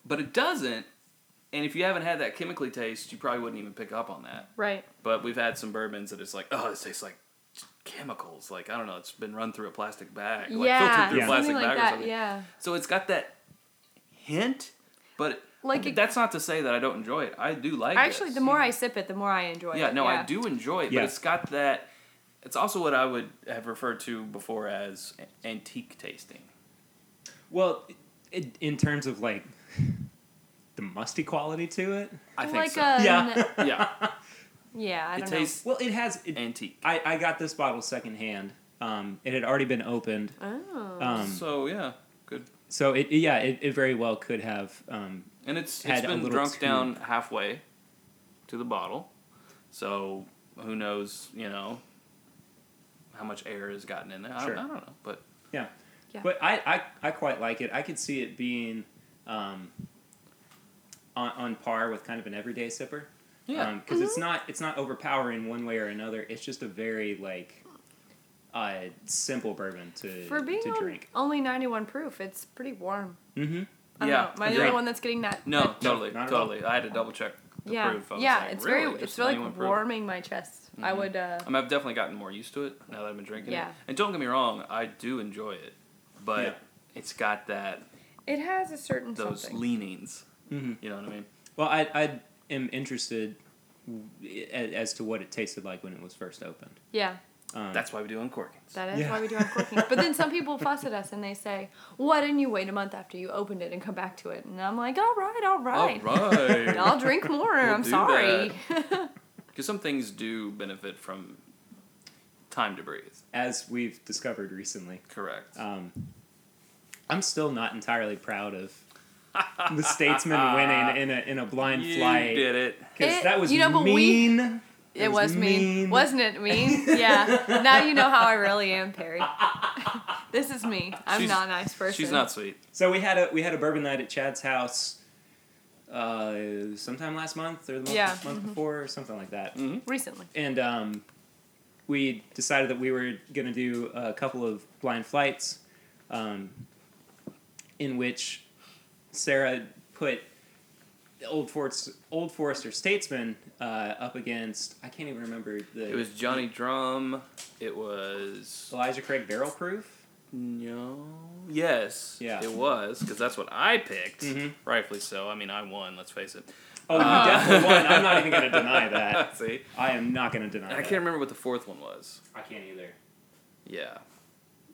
B: but it doesn't. And if you haven't had that chemically taste, you probably wouldn't even pick up on that.
C: Right.
B: But we've had some bourbons that it's like, oh, this tastes like chemicals. Like I don't know, it's been run through a plastic bag, like filtered through
A: Yeah.
B: a plastic
C: something like
B: bag or
C: that.
B: something.
C: Yeah,
B: So it's got that hint, but
C: Like it-
B: that's not to say that I don't enjoy it. I do like
C: actually,
B: this.
C: the more I sip it, the more I enjoy it.
B: yeah, no, I do enjoy it,
A: Yeah.
B: but it's got that. It's also what I would have referred to before as a- antique tasting.
A: Well, i in terms of like the musty quality to it.
B: I think
C: like
B: so.
C: a
A: Yeah.
B: yeah,
C: yeah. I
B: it
C: don't
B: tastes
A: Well, it has. It,
B: antique.
A: I, I got this bottle secondhand. Um, it had already been opened,
C: know. Oh,
A: um,
B: so yeah, good.
A: so it yeah, it, it very well could have. Um,
B: And it's it's
A: had a
B: been
A: little
B: drunk
A: too-
B: down halfway to the bottle. So who knows, you know, how much air has gotten in there. I,
A: Sure.
B: I don't know. But
A: yeah.
C: Yeah.
A: but I, I I quite like it. I could see it being um, on on par with kind of an everyday sipper.
B: yeah.
A: because
C: Mm-hmm.
A: it's not it's not overpowering one way or another. It's just a very like uh, simple bourbon to
C: for being
A: to
C: on-
A: drink.
C: only ninety one proof, it's pretty warm.
A: Mm-hmm.
C: I don't
B: Yeah,
C: know. Am I the
B: agreed.
C: only one that's getting that?
B: no, totally,
A: not at all.
B: totally. I had to double check to
C: yeah,
B: proof. I was
C: yeah,
B: like,
C: it's
B: really?
C: very, it's
B: Just
C: really
B: anyone proof? Mm-hmm.
C: warming my chest. I would. Uh,
B: I mean, I've definitely gotten more used to it now that I've been drinking
C: Yeah.
B: it. And don't get me wrong, I do enjoy it, but
A: Yeah.
B: it's got that
C: it has a certain
B: those
C: something.
B: leanings.
A: Mhm.
B: You know what I mean?
A: Well, I, I am interested w- a- as to what it tasted like when it was first opened.
C: yeah,
A: Um,
B: That's why we do uncorkings.
C: that is
A: Yeah.
C: why we do uncorking. but then some people fuss at us and they say, "Why didn't you wait a month after you opened it and come back to it?" And I'm like, "All right, all right,
B: All right.
C: I'll drink more. I'm
B: do
C: sorry."
B: Because some things do benefit from time to breathe.
A: as we've discovered recently.
B: Correct.
A: Um, I'm still not entirely proud of the statesman winning in a in a blind
B: you
A: flight
B: did it.
A: because
C: It-
A: that was
C: you know, but we-
A: mean. That
C: It was mean. Wasn't it mean? Yeah. now you know how I really am, Perry. this is me. I'm
B: She's-
C: not a nice person.
B: She's not sweet.
A: So we had a we had a bourbon night at Chad's house. Uh, sometime last month or the month,
C: Yeah. Mm-hmm.
A: month before or something like that.
B: Mhm.
C: recently.
A: and um, we decided that we were going to do a couple of blind flights um, in which Sarah put Old, Forts, Old Forester Statesman uh, up against, I can't even remember the.
B: It was Johnny Drum. It was
A: Elijah Craig Barrel Proof.
B: No. Yes.
A: Yeah.
B: It was because that's what I picked.
A: Mhm.
B: Rightfully so. I mean, I won. Let's face it.
A: Oh, you
B: Uh.
A: definitely won. I'm not even going to deny that.
B: See,
A: I am not going to deny
B: and I
A: that.
B: can't remember what the fourth one was.
A: I can't either.
B: Yeah,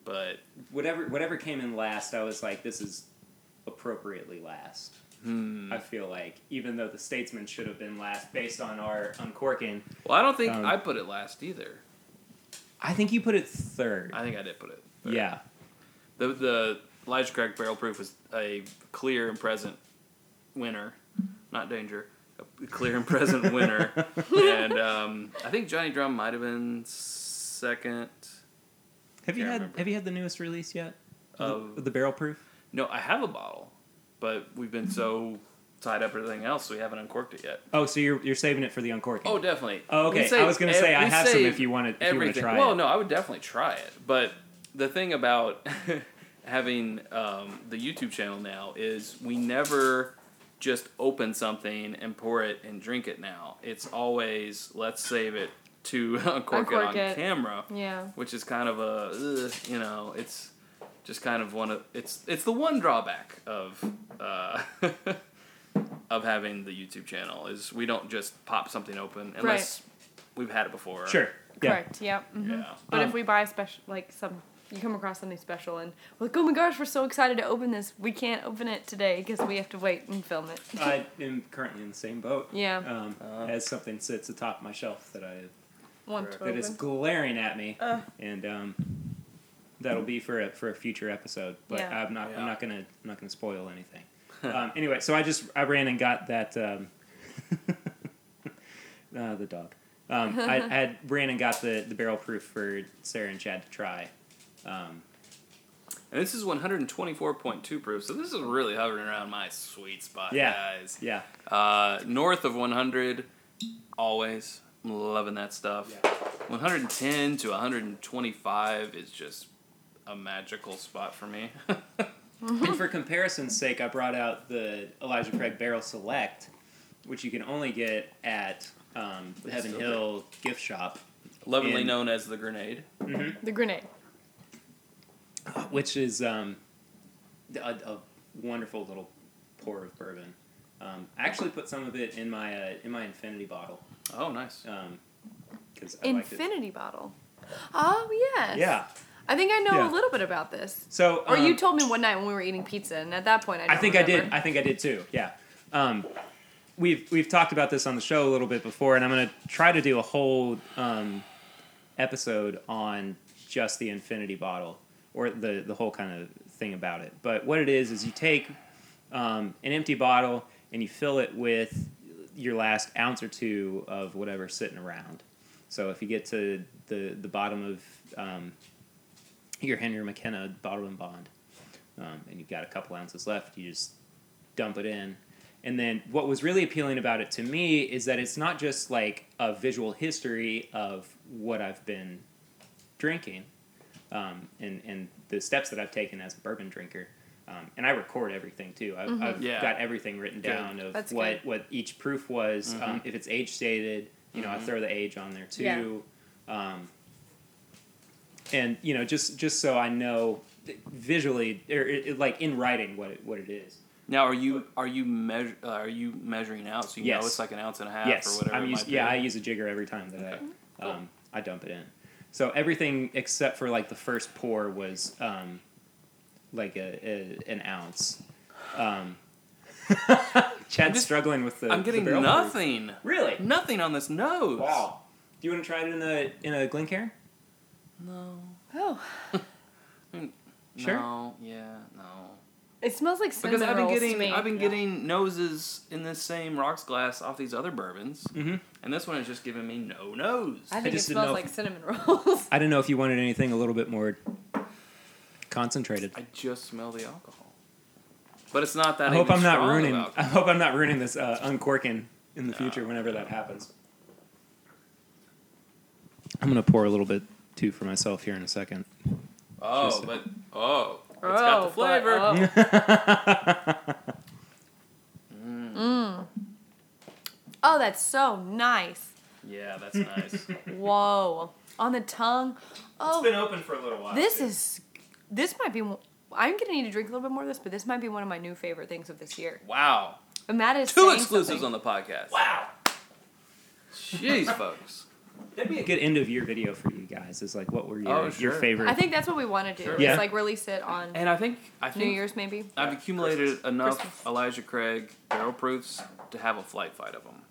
B: but
A: Whatever, whatever came in last, I was like, this is appropriately last.
B: hmm.
A: I feel like, even though the Statesman should have been last based on our uncorking.
B: well, I don't think
A: Um,
B: I put it last either.
A: I think you put it third.
B: I think I did put it. third.
A: yeah.
B: The the Elijah Craig Barrel Proof was a clear and present winner, not danger. A clear and present winner, and um, I think Johnny Drum might have been second.
A: Have you had
B: Can't remember.
A: have you had the newest release yet?
B: Of-
A: the, the barrel proof?
B: No, I have a bottle, but we've been so tied up with everything else, we haven't uncorked it yet.
A: Oh, so you're you're saving it for the uncorking.
B: Oh, definitely.
A: Oh, okay.
B: We save
A: I was gonna say
B: ev-
A: I
B: we
A: have some
B: save
A: if you wanted if you want to
B: everything.
A: try
B: well,
A: it.
B: no, I would definitely try it. But the thing about having um, the YouTube channel now is we never just open something and pour it and drink it. Now it's always let's save it to uncork, it
C: Uncork
B: on
C: it.
B: camera
C: Yeah.
B: which is kind of a ugh, you know it's just kind of one of it's it's the one drawback of uh, of having the YouTube channel is we don't just pop something open unless we've had it before.
A: Sure. Yeah.
C: Correct. Yeah. mhm.
B: Yeah.
C: But
A: Um,
C: if we buy special, like some, you come across something special, and we're like, oh my gosh, we're so excited to open this. We can't open it today because we have to wait and film it.
A: I am currently in the same boat.
C: Yeah.
A: Um,
B: Uh.
A: as something sits atop my shelf that I
C: Want to
B: correct.
A: that is
C: open.
A: glaring at me,
C: Uh.
A: and um, that'll be for a, for a future episode. But
C: Yeah.
A: I'm not
B: Yeah.
A: I'm not gonna I'm not gonna spoil anything. um, anyway, so I just I ran and got that um, uh, the dog. Um, I, I had ran and got the the barrel proof for Sarah and Chad to try. Um,
B: And this is 124.2 proof, so this is really hovering around my sweet spot,
A: Yeah.
B: guys.
A: yeah,
B: Uh, north of 100, always. I'm loving that stuff. 110 to 125 is just a magical spot for me.
A: and for comparison's sake, I brought out the Elijah Craig Barrel Select, which you can only get at um, the
B: Which
A: Heaven
B: is still
A: Hill gift shop.
B: Lovingly
A: And-
B: known as the grenade.
C: The grenade.
A: which is um, a, a wonderful little pour of bourbon. Um, I actually put some of it in my uh, in my infinity bottle
B: Oh, nice.
A: because I liked
C: Infinity bottle. Oh yes.
A: it. Yeah.
C: I think I know
A: Yeah.
C: a little bit about this.
A: So
C: Or you
A: um,
C: told me one night when we were eating pizza, and at that point I. Don't
A: I think I
C: remember.
A: did. I think I did too. Yeah. Um, we've we've talked about this on the show a little bit before, and I'm going to try to do a whole um, episode on just the infinity bottle or the the whole kind of thing about it. But what it is is you take um, an empty bottle and you fill it with your last ounce or two of whatever's sitting around. So if you get to the the bottom of um, your Henry McKenna bottle and bond, um, and you've got a couple ounces left, you just dump it in. And then what was really appealing about it to me is that it's not just like a visual history of what I've been drinking um, and, and the steps that I've taken as a bourbon drinker, Um, and I record everything too. I've, I've
B: Yeah.
A: got everything written down of
C: Mm-hmm. That's
A: what
C: good.
A: what each proof was.
B: Mm-hmm.
A: Um, if it's age stated, you know, I throw the age on there too. Um, and you know, just just so I know th- visually or it, it- like in writing what it, what it is.
B: Now, are you are you measure uh, are you measuring out so you
A: Yes.
B: know it's like an ounce and a half
A: yes,
B: or whatever?
A: I'm
B: it
A: use,
B: might be?
A: yeah, I use a jigger every time that
B: Okay.
A: I um, I dump it in. So everything except for like the first pour was um, like a, a an ounce. Um, Chad's
B: just-
A: struggling with the.
B: I'm
A: the
B: getting
A: barrel proof.
B: nothing.
A: Really?
B: Nothing on this nose.
A: Wow. Do you want to try it in a in a Glencairn?
B: No.
C: Oh,
A: Sure.
B: No. Yeah. No.
C: it smells like cinnamon
B: Because I've been
C: rolls to
B: getting
C: me.
B: I've been getting noses in this same rocks glass off these other bourbons,
A: Mhm.
B: and this one is just giving me no nose.
C: I think it
A: just didn't
C: smells
A: know
C: like
A: if-
C: cinnamon rolls.
A: I don't know if you wanted anything a little bit more concentrated.
B: I just smell the alcohol, but it's not that.
A: I hope
B: even
A: I'm not
B: strong of
A: ruining. I
B: alcohol.
A: hope I'm not ruining this uh, uncorking in the future whenever that happens. I'm gonna pour a little bit too for myself here in a second.
B: Oh,
A: Just-
B: but oh, it's
C: Oh,
B: got the
C: but-
B: flavor.
C: oh. Mm. Oh, that's so nice.
B: Yeah, that's nice.
C: Whoa. On the tongue. Oh,
B: open for a little while.
C: this is. This might be. one- I'm gonna need to drink a little bit more of this, but this might be one of my new favorite things of this year.
B: wow.
C: And that is
B: Two
C: saying
B: exclusives
C: something.
B: on the podcast.
A: Wow,
B: Jeez, folks.
A: that'd be a good end of year video for you guys. Is like, what were your,
B: Oh,
A: your
B: sure.
A: favorite?
C: I think that's what we want to do.
B: Sure.
C: Is
A: Yeah.
C: like release it on
B: And I think I
C: New
B: think
C: Year's maybe.
B: I've accumulated enough
C: Christmas.
B: Elijah Craig barrel proofs to have a flight fight of them.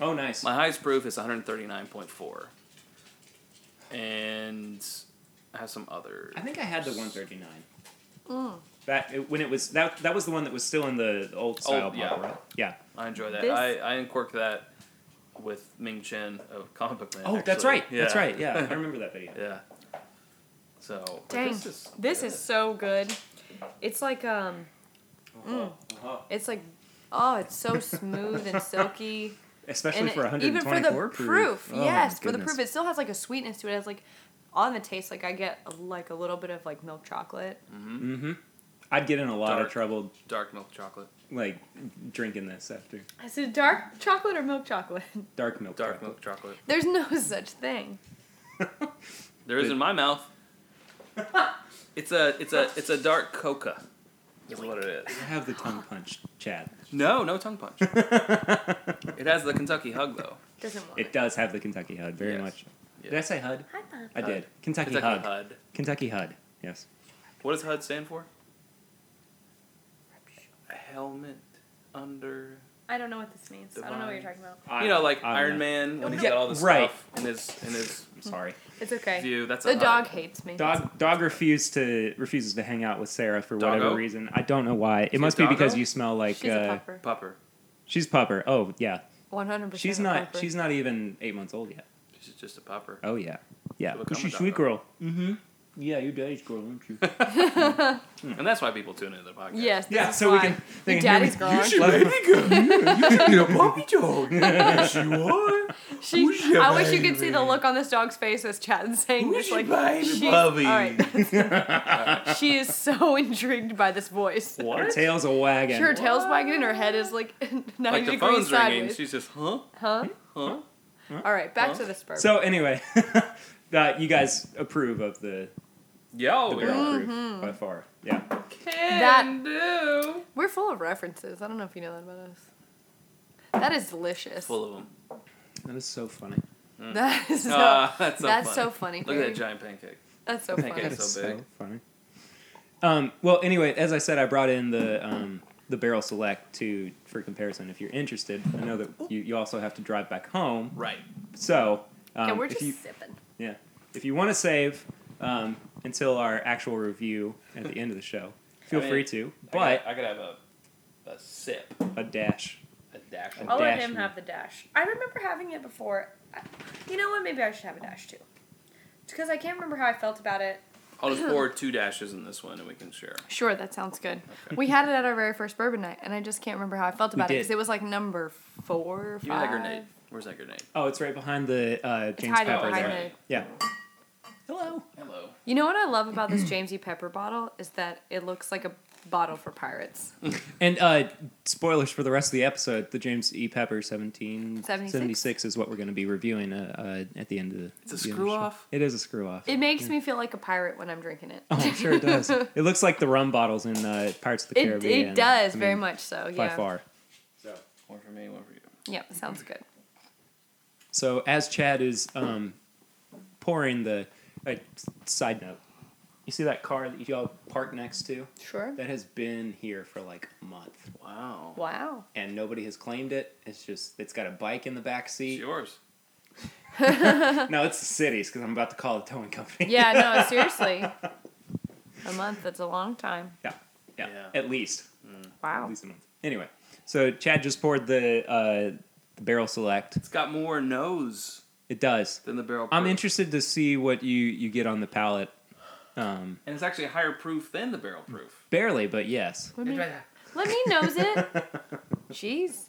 A: oh, nice.
B: My highest proof is 139.4. And I have some other.
A: I think I had the 139.
C: Mm.
A: That it, when it was that that was the one that was still in the old style
B: yeah.
A: bottle, right? Yeah.
B: I enjoy that.
C: This-
B: I, I uncorked that with Ming Chen of Comic Book Man.
A: Oh, that's
B: actually.
A: right. That's
B: Yeah.
A: right. Yeah, I remember that video.
B: yeah. So. but
C: Dang,
B: This is.
C: This is so good. It's like um,
B: Uh-huh.
C: it's like, oh, it's so smooth and silky.
A: Especially
C: and
A: for
C: it-
A: 124
C: even for the
A: proof. Oh, my
C: yes, for the proof,
A: goodness.
C: it still has like a sweetness to it. It's like on the taste, like I get like a little bit of like milk chocolate.
A: Mm-hmm. I'd get in a lot
B: Dark.
A: of trouble
B: Dark milk chocolate.
A: like drinking this after
C: I said dark chocolate or milk chocolate.
A: dark milk.
B: Dark
A: chocolate.
B: milk chocolate.
C: There's no such thing.
B: There is in my mouth. It's a it's a it's a dark coca. Is what it is.
A: I have the tongue punch, Chad.
B: No, no tongue punch. it has the Kentucky hug though.
C: Doesn't want.
A: It does have the Kentucky HUD very
B: Yes.
A: much. Did I
B: Yes.
A: say HUD?
C: I thought.
A: I did. Kentucky,
B: Kentucky
A: HUD.
B: HUD.
A: Kentucky HUD. Yes.
B: What does HUD stand for? Helmet under.
C: I don't know what this means. I don't know what you're
B: Divine.
C: talking about.
B: You know, like
A: I don't
B: Iron
A: know.
B: Man when he's
A: Yeah,
B: got all this
A: right.
B: stuff in his in his
A: I'm sorry.
C: It's okay.
B: view. That's a
C: the
B: HUD.
C: dog hates me.
A: uh, Dog dog refused to refuses to hang out with Sarah for whatever
B: Doggo?
A: reason. I don't know why. It must be
B: doggo?
A: because you smell like
C: She's
A: uh,
C: a pupper.
B: pupper.
A: she's pupper. Oh yeah,
C: 100. percent
A: she's not she's not even eight months old yet.
B: She's just a pupper.
A: Oh yeah, yeah.
B: Look,
A: But
B: I'm a
A: she's sweet
B: doggo.
A: girl. Mm-hmm. Yeah, your daddy's girl, aren't you?
B: And that's why people tune into the podcast.
C: Yes. This
A: Yeah,
C: is
A: so
C: why.
A: we can. They
C: Your
A: can hear me.
C: daddy's gone. You should
A: You should be a puppy dog.
B: Yes, you are.
C: She,
B: Who's your
C: I wish you could see the look on this dog's face as Chad's saying
B: Who's
C: this.
B: your
C: Like,
B: baby
C: she's,
B: puppy?
C: all right. she is so intrigued by this voice.
A: Her tail's a wagon.
C: Her tail's wagging and her head is like 90
B: Like the
C: degrees
B: phone's ringing.
C: sideways.
B: She's just, huh?
C: Huh?
B: Huh?
C: All right, back
B: Huh?
C: to this bourbon.
A: So anyway, that you guys approve of the,
B: Oh, Yeah,
A: the
B: we
A: barrel
B: are.
C: Mm-hmm.
A: proof by far. Yeah.
C: That-
B: do.
C: We're full of references. I don't know if you know that about us. That is delicious.
B: Full of them.
A: That is so funny.
C: That is so,
B: Ah, that's so
C: that's
B: funny.
C: so funny.
B: Look at
C: Perry.
B: that giant pancake.
C: That's so
B: Thank
C: funny.
B: you. It's so big.
A: funny. Um, well, anyway, as I said, I brought in the um, the barrel select to for comparison. If you're interested, I know that
C: Oh.
A: you, you also have to drive back home.
B: Right.
A: So um,
C: yeah, we're
A: if
C: just
A: you-
C: sipping.
A: Yeah. If you want to save um, until our actual review at the end of the show, feel
B: I mean,
A: free to.
B: I
A: But
B: could, I could have a, a sip,
A: a dash.
B: a dash.
A: I'll let dash him and- have
C: the dash. I remember having it before. You know what? Maybe I should have a dash too. Because I can't remember how I felt about it.
B: I'll just pour two dashes in this one and we can share.
C: Sure, that sounds good. We had it at our very first bourbon night, and I just can't remember how I felt about it
A: did.
C: because it was like number four or five.
B: Give me that grenade. Where's that grenade?
A: Oh, it's right behind the uh, James
C: hiding
A: Pepper
C: behind
A: there.
C: it.
A: Yeah. Hello.
B: Hello.
C: You know what I love about this Jamesy Pepper bottle is that it looks like a bottle for pirates.
A: And uh, spoilers for the rest of the episode. The James E. Pepper 1776
C: 76
A: is what we're going to be reviewing uh, uh, at the end of the.
B: It's a
A: the end of the
B: screw-off?
A: show. It is a screw off.
C: It makes me feel like a pirate when I'm drinking it.
A: oh, I'm sure it does. it looks like the rum bottles in uh, Pirates of the
C: It,
A: Caribbean.
C: it
A: I
C: does
A: mean,
C: very much so. Yeah.
A: By far.
B: One for me, one for you.
C: Yep, sounds good.
A: So as Chad is um, pouring the. Uh, side note. You see that car that y'all parked next to?
C: Sure.
A: That has been here for like a month,
B: Wow.
C: Wow.
A: and nobody has claimed it. It's just it's got a bike in the back
B: It's
A: seat.
B: yours.
A: No, it's the city's because I'm about to call the towing company.
C: Yeah, no, seriously. A month, that's a long time.
A: yeah, yeah,
B: Yeah.
A: at least, at
C: Wow.
A: least a month. Anyway, so Chad just poured the uh, the barrel select.
B: It's got more nose
A: It does.
B: than the barrel. Proof.
A: I'm interested to see what you you get on the palate. Um,
B: and it's actually higher proof than the
A: Mm.
B: barrel proof.
A: barely, but yes.
C: Let me, let me nose it. Jeez.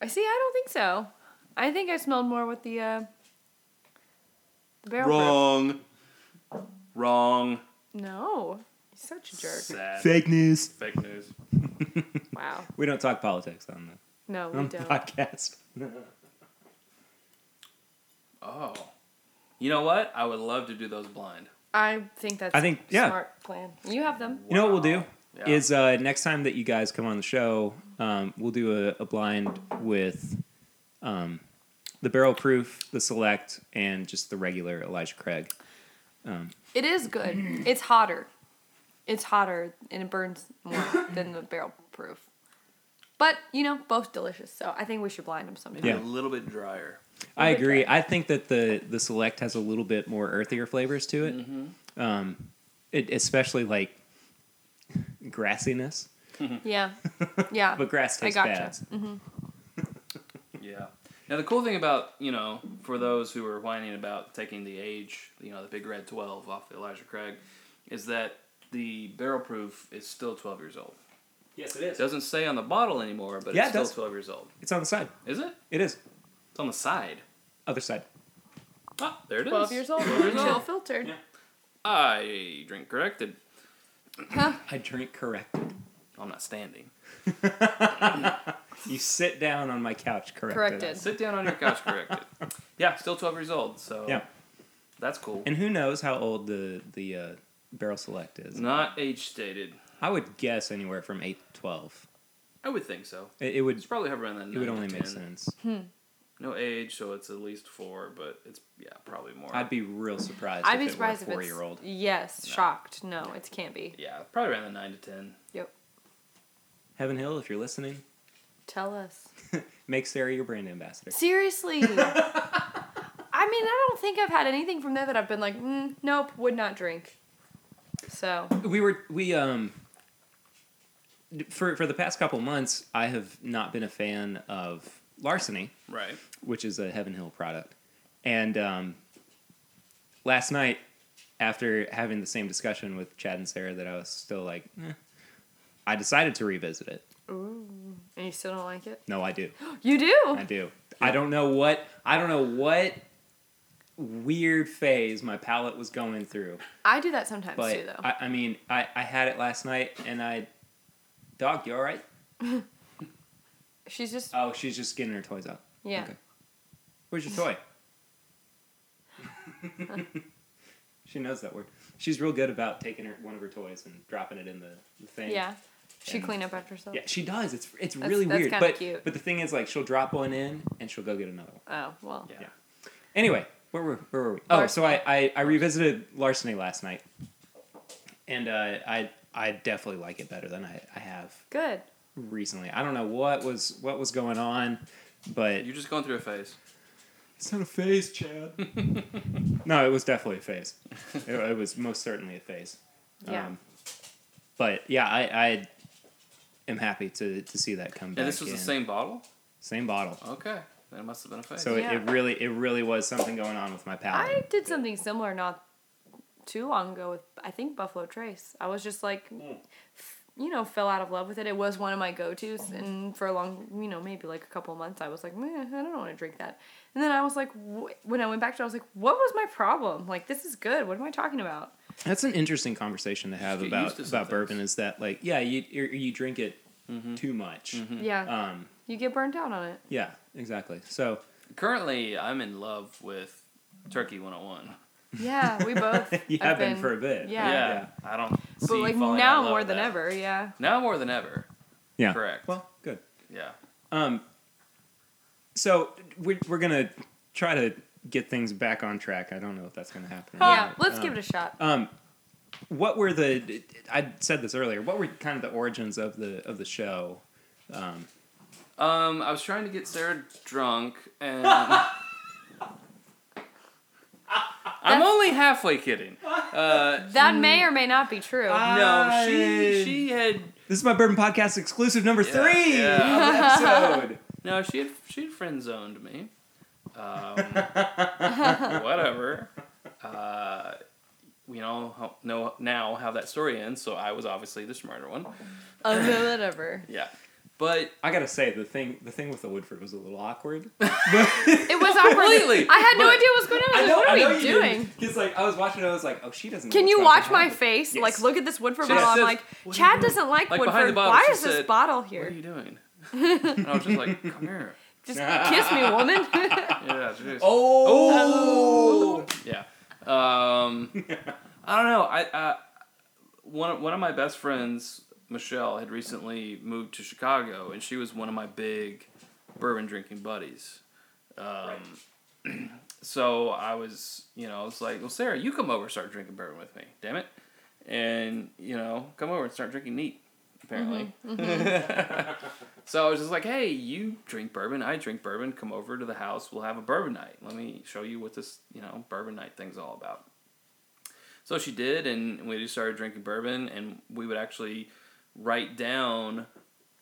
C: I see, I don't think so. I think I smelled more with the uh the barrel
B: Wrong. Wrong.
C: proof. No. He's such a jerk.
B: Sad.
A: Fake news.
B: Fake news.
C: Wow.
A: We don't talk politics on the,
C: No, we
A: on the
C: don't.
A: podcast.
B: Oh. You know what? I would love to do those blind.
C: I think that's
A: I think-
C: a
A: yeah.
C: smart plan. You have them.
A: You know what we'll do
B: Wow. Yeah.
A: is uh, next time that you guys come on the show, um, we'll do a, a blind with um, the barrel proof, the select, and just the regular Elijah Craig.
C: It is good. It's hotter. It's hotter and it burns more than the barrel proof. But you know, both delicious. So I think we should blind them sometime.
B: Maybe
A: Yeah.
B: a little bit drier.
A: I agree. I think that the the select has a little bit more earthier flavors to it,
C: Mm-hmm.
A: um, it especially like grassiness.
C: Yeah, yeah.
A: But grass
C: Ah, I
A: tastes
C: gotcha. Mm-hmm.
A: bad.
B: Yeah. Now the cool thing about you know for those who are whining about taking the age you know the big red twelve off Elijah Craig, is that the barrel proof is still twelve years old.
A: Yes, it
B: It doesn't say on the bottle anymore, but
A: Yeah, it
B: it's still
A: does.
B: twelve years old.
A: It's on the side.
B: Is it?
A: It is
B: It's on the side.
A: other side.
B: Ah, there it is.
C: Twelve years old,
B: Twelve years
C: chill
B: old.
C: filtered.
B: I drink corrected.
A: I drink corrected.
B: I'm not standing.
A: You sit down on my couch corrected.
C: Corrected.
B: Sit down on your couch corrected. Yeah, still twelve years old. So
A: Yeah.
B: that's cool.
A: And who knows how old the the uh, barrel select is?
B: Not age stated.
A: I would guess anywhere from eight to twelve.
B: I would think so.
A: It, it would
B: It's probably hovering around that.
A: it would
B: 9 to
A: only make
B: 10.
A: sense.
B: No age, so it's at least four, but it's yeah, probably more.
A: I'd be real surprised.
C: I'd
A: if
C: be
A: it were
C: surprised
A: a
C: if
A: four
C: it's
A: year old.
C: yes, shocked. No, it can't be.
B: yeah, probably around the nine to ten.
C: Yep.
A: Heaven Hill, if you're listening,
C: Tell us
A: make Sarah your brand ambassador.
C: seriously. I mean, I don't think I've had anything from there that I've been like, mm, nope, would not drink. So
A: We were we um for for the past couple months, I have not been a fan of Larceny.
B: Right.
A: which is a Heaven Hill product. And um, last night, after having the same discussion with Chad and Sarah, that I was still like, eh, I decided to revisit it.
C: and you still don't like it?
A: No, I do.
C: You do.
A: I do. I don't know what I don't know what weird phase my palate was going through,
C: I do that sometimes
A: but
C: too, though.
A: I, I mean, I, I had it last night, and I, dog, you all right?
C: She's just
A: Oh, she's just getting her toys out.
C: yeah.
A: Okay. Where's your toy? she knows that word. She's real good about taking her one of her toys and dropping it in the, the thing.
C: Yeah. She
A: And-
C: clean up after herself.
A: Yeah, she does. It's it's really
C: that's
A: weird.
C: kinda
A: But
C: cute.
A: but the thing is, like, she'll drop one in and she'll go get another one.
C: Oh well.
B: Yeah.
A: Yeah. Anyway, where were where were we? Oh, so I, I I revisited larceny last night, and uh, I I definitely like it better than I, I have
C: Good.
A: recently. I don't know what was what was going on, but
B: You're just going through a phase.
A: It's not a phase, Chad. no, it was definitely a phase. It, it was most certainly a phase. Um,
C: Yeah.
A: but yeah, I, I am happy to, to see that come back.
B: And this was the
A: in.
B: same bottle.
A: same bottle.
B: Okay, then it must have been a phase.
A: So it, it
C: Oh, Yeah.
A: really it really was something going on with my palate.
C: I did something similar not too long ago with I think Buffalo Trace. I was just like, you know, fell out of love with it. It was one of my go tos, and for a long, you know, maybe like a couple of months, I was like, Meh, I don't want to drink that. And then I was like, wh- when I went back to, it, I was like, what was my problem? Like this is good. What am I talking about?
A: That's an interesting conversation to have
B: Get used
A: about
B: to some
A: about
B: things. Mm-hmm.
A: bourbon. Is that like yeah, you you you drink it too much.
C: Yeah.
A: Um,
C: you get burnt out on it.
A: yeah, exactly. So
B: Currently, I'm in love with Turkey 101.
C: Yeah, we both.
A: you have been, for a bit.
C: Yeah.
B: I don't.
C: But
B: see
C: like
B: falling out
C: now
B: of love
C: more
B: with
C: than
B: that.
C: ever, yeah.
B: Now more than ever.
A: yeah.
B: Correct.
A: Well, good.
B: Yeah.
A: Um, so we're we're gonna try to get things back on track. I don't know if that's gonna happen. or
C: Yeah,
A: not.
C: let's
A: Um,
C: give it a shot.
A: Um, what were the? I said this earlier. What were kind of the origins of the of the show? Um,
B: Um, I was trying to get Sarah drunk, and I'm only halfway kidding. Uh,
C: That may or may not be true.
B: no, she she had
A: this is my bourbon podcast exclusive number
B: Yeah,
A: three
B: yeah.
A: of the episode.
B: no she had she had friend zoned me. Um, whatever. Uh, we all ho- know now how that story ends, so I was obviously the smarter one.
C: a little ever.
B: Yeah, but
A: I gotta say the thing the thing with the Woodford was a little awkward.
C: It was awkward.
B: Completely.
C: I had no
B: But-
C: idea what was going on. I was like, what are we doing?
A: Because like I was watching, it, I was like, oh, she doesn't. know
C: Can
A: what's
C: you
A: about to
C: watch my
A: happen.
C: face?
A: Yes.
C: Like, look at this Woodford
B: She
C: bottle.
B: says,
C: I'm like,
B: "What are you
C: Chad
B: doing?"
C: doesn't like,
B: Like, behind the
C: Woodford.
B: bottle,
C: Why
B: she
C: is this
B: said,
C: bottle
B: what are
C: here?
B: you doing? And I was just like, come here.
C: Just kiss me, woman.
B: Yeah, seriously.
A: Oh.
B: Yeah. Um, I don't know. I uh, one of- one of my best friends, Michelle, had recently moved to Chicago, and she was one of my big bourbon drinking buddies. Um, so I was, you know, I was like, "Well, Sarah, you come over, and start drinking bourbon with me, damn it!" And you know, come over and start drinking neat. Apparently. so I was just like, "Hey, you drink bourbon, I drink bourbon. Come over to the house. We'll have a bourbon night. Let me show you what this, you know, bourbon night thing's all about." So she did, and we just started drinking bourbon, and we would actually write down.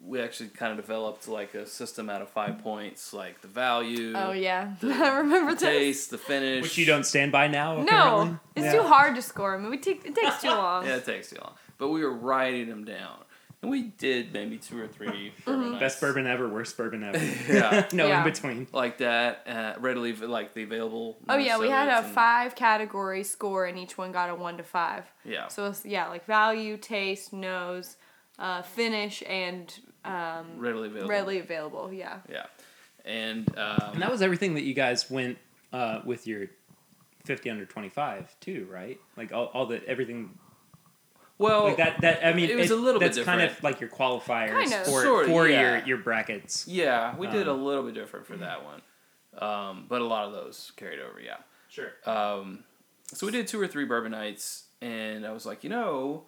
B: We actually kind of developed like a system out of five points, like the value,
C: oh yeah,
B: The-
C: I remember
B: the
C: this.
B: taste, the finish.
A: Which you don't stand by now. apparently?
C: No, it's
A: Yeah.
C: too hard to score. I mean, we take, it takes too long.
B: Yeah, it takes too long. But we were writing them down, and we did maybe two or three
C: Mm-hmm.
B: bourbon nights.
A: Best bourbon ever, worst bourbon ever.
B: Yeah.
A: no
C: Yeah.
A: in between.
B: like that, uh, readily av- like the available.
C: Oh yeah, we had
B: Minnesotans
C: a
B: and-
C: five category score, and each one got a one to five.
B: Yeah.
C: So it's, yeah, like value, taste, nose, uh, finish, and um,
B: readily available.
C: readily available. Yeah.
B: Yeah, and um,
A: And that was everything that you guys went uh, with your fifty under twenty five too, right? Like all, all the everything
B: well
A: like that. That I mean,
B: Oh, it was a little bit
A: That's kind of
B: different.
A: like your qualifiers
C: Kind of.
A: for
B: Sort of,
A: for
B: yeah.
A: your your brackets.
B: Yeah, we did a
A: Um,
B: little bit different for that one, um, but a lot of those carried over. Yeah.
A: Sure.
B: Um, so we did two or three bourbon nights, and I was like, you know,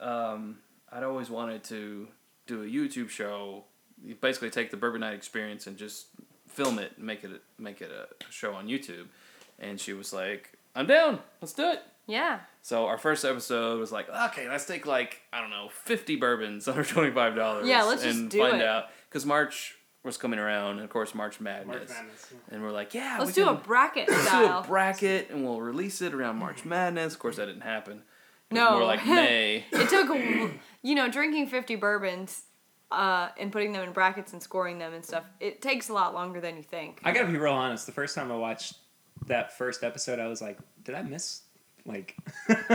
B: um, I'd always wanted to do a YouTube show. You basically take the bourbon night experience and just film it, and make it make it a show on YouTube. And she was like, I'm down. Let's do it.
C: Yeah.
B: So our first episode was like, okay, let's take like I don't know, fifty bourbons under twenty five dollars.
C: Yeah, let's just
B: and
C: do
B: find
C: it.
B: out because March was coming around, and of course March Madness. And we're like, yeah,
C: Let's
B: we
C: do a
B: can-
C: bracket
B: let's do a
C: style.
B: bracket, and we'll release it around
A: Mm-hmm.
B: March Madness. Of course, that didn't happen. It was
C: No.
B: more like May.
C: it took, a- you know, drinking fifty bourbons, uh, and putting them in brackets and scoring them and stuff. It takes a lot longer than you think.
A: I gotta be real honest. The first time I watched that first episode, I was like, "Did I miss like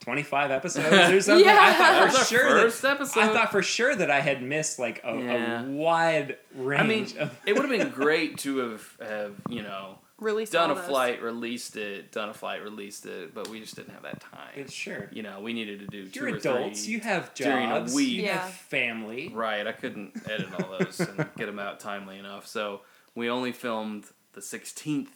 A: twenty five episodes or something?" I
C: Yeah.
A: thought
B: That was
A: for
B: our
A: sure
B: first
A: that
B: episode.
A: I thought for sure that I had missed like a,
B: Yeah.
A: a wide
B: I mean,
A: range. of,
B: it would have been great to have, have you know
C: Release
B: done
C: all
B: a
C: those.
B: flight, released it, done a flight, released it, but we just didn't have that time.
A: sure.
B: You know, we needed to do two
A: You're
B: or
A: adults.
B: three.
A: You have
B: during a
A: jobs.
B: week.
A: You
C: Yeah.
A: have family.
B: Right, I couldn't edit all those and get them out timely enough. So we only filmed the 16th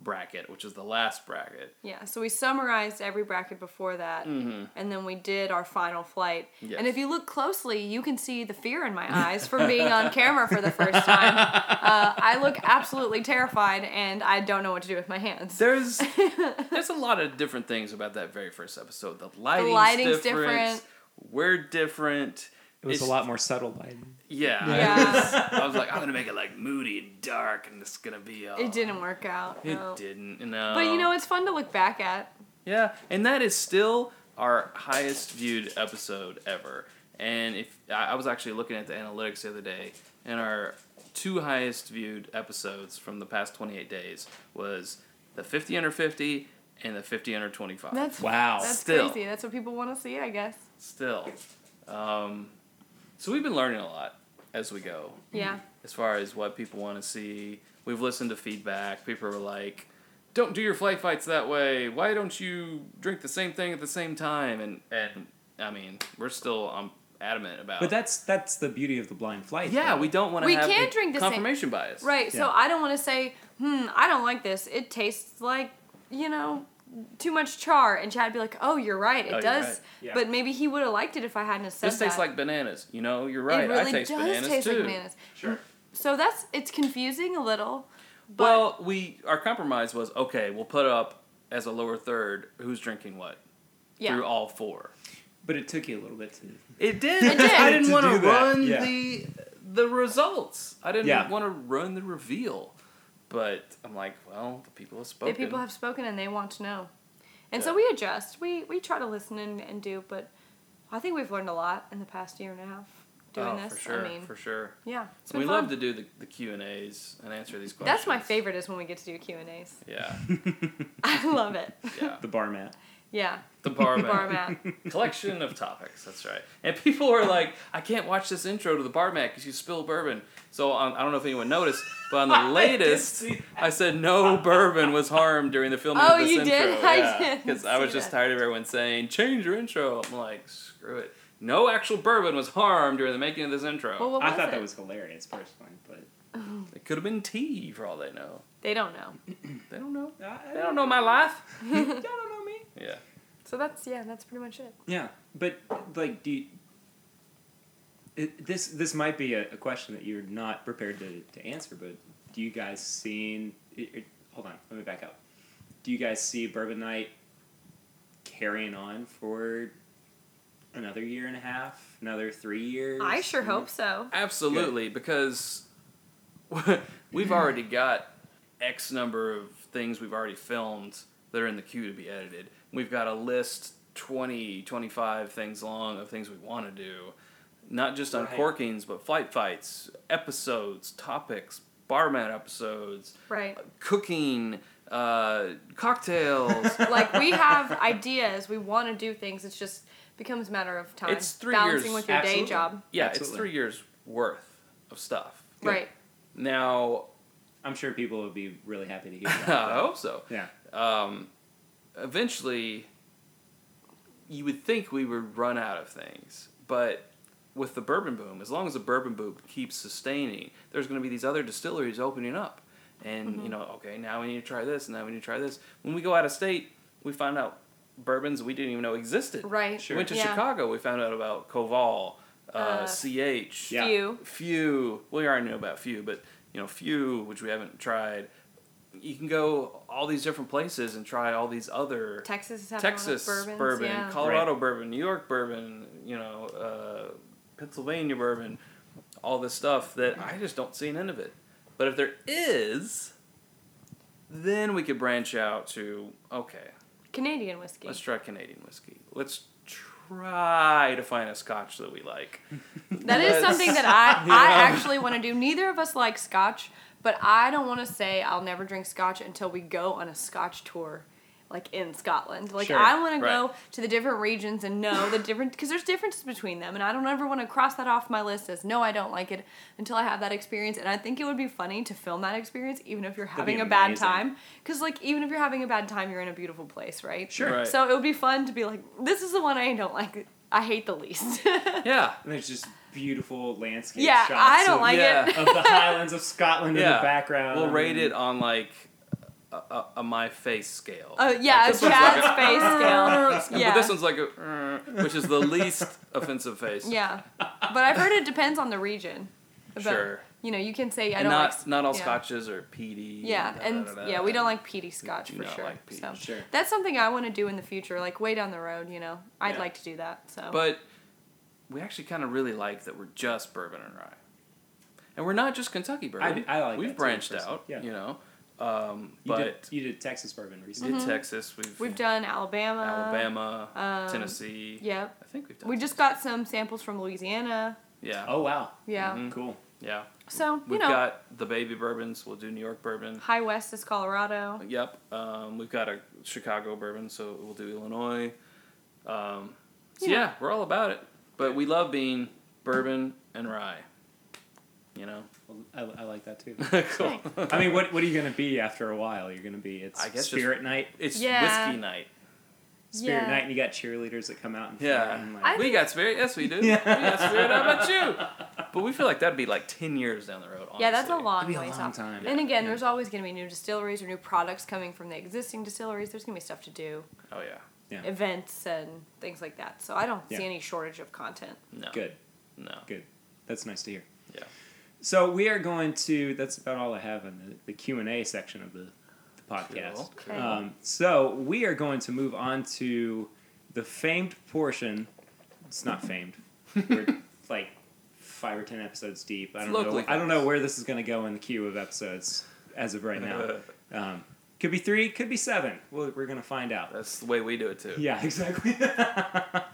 B: bracket, which is the last bracket.
C: Yeah, so we summarized every bracket before that, and then we did our final flight.
B: Mm-hmm. Yes.
C: And if you look closely, you can see the fear in my eyes from being on camera for the first time. Uh, I look absolutely terrified, and I don't know what to do with my hands.
B: There's there's a lot of different things about that very first episode. The lighting's,
C: lighting's
B: different,
C: different.
B: We're different.
A: It was
B: It's-
A: a lot more subtle lighting.
B: Yeah. I
C: Yeah.
B: was- I was like, I'm gonna make it like moody and dark, and it's gonna be. All,
C: It didn't work out.
B: It
C: no.
B: didn't. No.
C: But you know, it's fun to look back at.
B: Yeah, and that is still our highest viewed episode ever. And if I I was actually looking at the analytics the other day, and our two highest viewed episodes from the past 28 days was the 50 under 50 and the 50 under 25.
C: That's
A: Wow.
C: That's
B: Still.
C: crazy. That's what people want to see, I guess.
B: Still. Um, so we've been learning a lot as we go.
C: Yeah.
B: as far as what people want to see. We've listened to feedback. People are like, "Don't do your flight fights that way. Why don't you drink the same thing at the same time?" And and I mean, we're still um, adamant about.
A: But that's that's the beauty of the blind flight.
B: yeah,
A: though.
B: we don't want to
C: We
B: have
C: can
B: the
C: drink the same-
B: confirmation bias.
C: Right. So
A: Yeah.
C: I don't want to say, hmm, I don't like this. It tastes like, you know, too much char. And Chad'd be like, oh, you're right. It
B: Oh, you're
C: does.
B: right.
A: Yeah.
C: But maybe he would have liked it if I hadn't have said
B: This tastes
C: that.
B: like bananas. You know, you're right.
C: it really
B: I taste
C: does
B: bananas
C: taste
B: too.
C: like bananas.
A: Sure.
C: So that's it's confusing a little. But
B: well, we our compromise was okay. We'll put up as a lower third who's drinking what
C: yeah.
B: through all four.
A: But it took you a little bit to.
B: It did.
C: It did.
B: I didn't
A: To
B: want to
A: do that,
B: run
A: yeah.
B: the the results. I didn't
A: Yeah.
B: want to run the reveal. But I'm like, well, the people have
C: The
B: spoken.
C: people have spoken and they want to know. And
B: Yeah.
C: so we adjust. We we try to listen and, and do, but I think we've learned a lot in the past year and a half doing
B: oh,
C: this.
B: for sure,
C: I mean,
B: for sure.
C: yeah, it's been
B: We
C: fun.
B: love to do the, the Q and A's and answer these questions.
C: That's my favorite is when we get to do Q and A's.
B: Yeah,
C: I love it.
B: yeah.
A: The bar mat.
C: Yeah,
B: The bar
C: the bar
B: mat
C: mat.
B: collection of topics. That's right. And people are like, I can't watch this intro to the bar mat because you spill bourbon. So on, I don't know if anyone noticed, but on
A: I
B: the
A: did
B: latest,
A: see
B: I said no bourbon was harmed during the filming
C: Oh,
B: of this
C: you
B: intro.
C: did? I didn't
B: Because I was
C: see
B: just
C: that.
B: tired of everyone saying change your intro. I'm like, screw it. No actual bourbon was harmed during the making of this intro.
C: Well, what
A: I thought
C: it?
A: that was hilarious personally, but
B: it could have been tea for all they know.
C: They don't know.
B: They don't know.
A: I,
B: They don't know my life.
A: Y'all don't know me.
B: Yeah.
C: So that's yeah, that's pretty much it.
A: Yeah, but like, do you, it, this this might be a, a question that you're not prepared to, to answer, but do you guys seen? It, it- hold on, let me back up. Do you guys see Bourbon Night carrying on for another year and a half, another three years?
C: I sure hope so.
B: Absolutely, because we've already got X number of things we've already filmed that are in the queue to be edited. We've got a list 20, 25 things long of things we want to do, not just on
A: Right.
B: corkings, but flight fights, episodes, topics, barman episodes,
C: Right.
B: cooking, uh, cocktails.
C: like we have ideas, we want to do things. It's just becomes a matter of time.
B: It's three
C: balancing
B: years.
C: with your
A: Absolutely.
C: day job.
B: yeah, it's
A: Absolutely.
B: three years worth of stuff.
A: Good.
C: Right.
B: Now,
A: I'm sure people would be really happy to hear that.
B: I hope so.
A: yeah,
B: um, eventually you would think we would run out of things but with the bourbon boom as long as the bourbon boom keeps sustaining there's going to be these other distilleries opening up and
C: Mm-hmm.
B: you know okay now we need to try this and now we need to try this when we go out of state we find out bourbons we didn't even know existed
C: Right.
B: we
A: Sure.
B: went to
C: Yeah.
B: chicago we found out about koval uh,
C: Uh,
B: ch
A: Yeah.
C: Few.
B: Few. Well, you already knew about few, but you know, few, which we haven't tried. You can go all these different places and try all these other
C: Texas is having one of
B: Texas
C: bourbons,
B: bourbon,
C: yeah.
B: Colorado bourbon, New York bourbon, you know, uh, Pennsylvania bourbon, all this stuff that I just don't see an end of it. But if there is, then we could branch out to okay,
C: Canadian whiskey.
B: let's try Canadian whiskey. Let's try to find a Scotch that we like.
C: That is
B: Yes.
C: something that I,
B: Yeah.
C: I actually want to do. Neither of us like scotch, but I don't want to say I'll never drink scotch until we go on a scotch tour, like in Scotland. Like,
A: Sure,
C: I want to go
B: right.
C: to the different regions and know the different, because there's differences between them, and I don't ever want to cross that off my list as no, I don't like it until I have that experience. And I think it would be funny to film that experience, even if you're
A: be
C: having a bad
A: amazing.
C: time. Because, like, even if you're having a bad time, you're in a beautiful place, right?
A: sure.
B: Right.
C: So it would be fun to be like, this is the one I don't like. I hate the least.
B: Yeah.
A: And there's just beautiful landscape
C: yeah,
A: shots.
C: I don't
A: of,
C: like
B: Yeah.
C: it.
A: of the Highlands of Scotland in
B: Yeah.
A: the background.
B: We'll rate it on like a, a, a my face scale.
C: Oh yeah, a
B: This one's like
C: Chad's face
B: But
C: scale. Yeah.
B: this one's like a, uh, which is the least offensive face.
C: Yeah, but I've heard it depends on the region. But,
B: Sure.
C: You know, you can say I
B: And
C: don't
B: not
C: like.
B: not all
C: yeah.
B: scotches are peaty.
C: Yeah, and
B: da, da, da,
C: yeah,
B: da.
C: we don't like peaty scotch
B: do
C: for
B: not
C: sure.
B: like peaty.
C: so
A: Sure.
C: that's something I want to do in the future, like way down the road. You know, I'd
B: Yeah.
C: like to do that. So
B: But we actually kind of really like that we're just bourbon and rye, and we're not just Kentucky bourbon.
A: I like
B: We've
A: that too,
B: branched
A: personally.
B: out.
A: Yeah.
B: You know, um,
A: You
B: but
A: did, you did Texas bourbon recently.
B: in Texas we've
C: Mm-hmm. we've done Alabama,
B: Alabama,
C: um,
B: Tennessee.
C: Yep.
B: I think we've done.
C: We just got some samples from Louisiana.
B: yeah.
A: Oh wow.
C: Yeah.
B: Mhm.
A: Cool.
B: Yeah.
C: So you
B: We've
C: know,
B: got the baby bourbons. We'll do New York bourbon.
C: High West is Colorado.
B: Yep. Um, we've got a Chicago bourbon, so we'll do Illinois. Um, so yeah.
C: Yeah.
B: we're all about it. But we love being bourbon and rye. You know.
A: Well, I, I like that too.
B: cool.
A: I mean, what what are you gonna be after a while? You're gonna be it's
B: I guess just-
A: spirit night,
B: It's
C: Yeah.
B: whiskey night.
A: spirit
C: Yeah.
A: night, and you got cheerleaders that come out and
B: Yeah.
A: and like,
C: I
B: we
C: think-
B: got spirit. Yes, we do. We
A: Yeah.
B: got spirit. How about you? But we feel like that'd be like ten years down the road. Honestly.
C: Yeah, that's a long
A: It'd be a
C: ways
A: long
C: off.
A: time.
C: And again,
B: Yeah.
C: there's always going to be new distilleries or new products coming from the existing distilleries. There's going to be stuff to do,
B: Oh yeah.
A: Yeah.
C: events and things like that. So I don't
A: Yeah.
C: see any shortage of content.
B: No.
A: good,
B: No.
A: good. That's nice to hear.
B: Yeah.
A: So we are going to. That's about all I have in the, the Q and A section of the, the podcast.
B: Cool,
C: cool.
A: Um, so we are going to move on to the famed portion. It's not famed. We're like five or ten episodes deep. I
B: It's
A: don't know.
B: locally
A: I don't
B: famous.
A: know where this is going to go in the queue of episodes as of right now. Um, could be three. Could be seven. We'll, we're going to find out.
B: That's the way we do it too.
A: Yeah, exactly.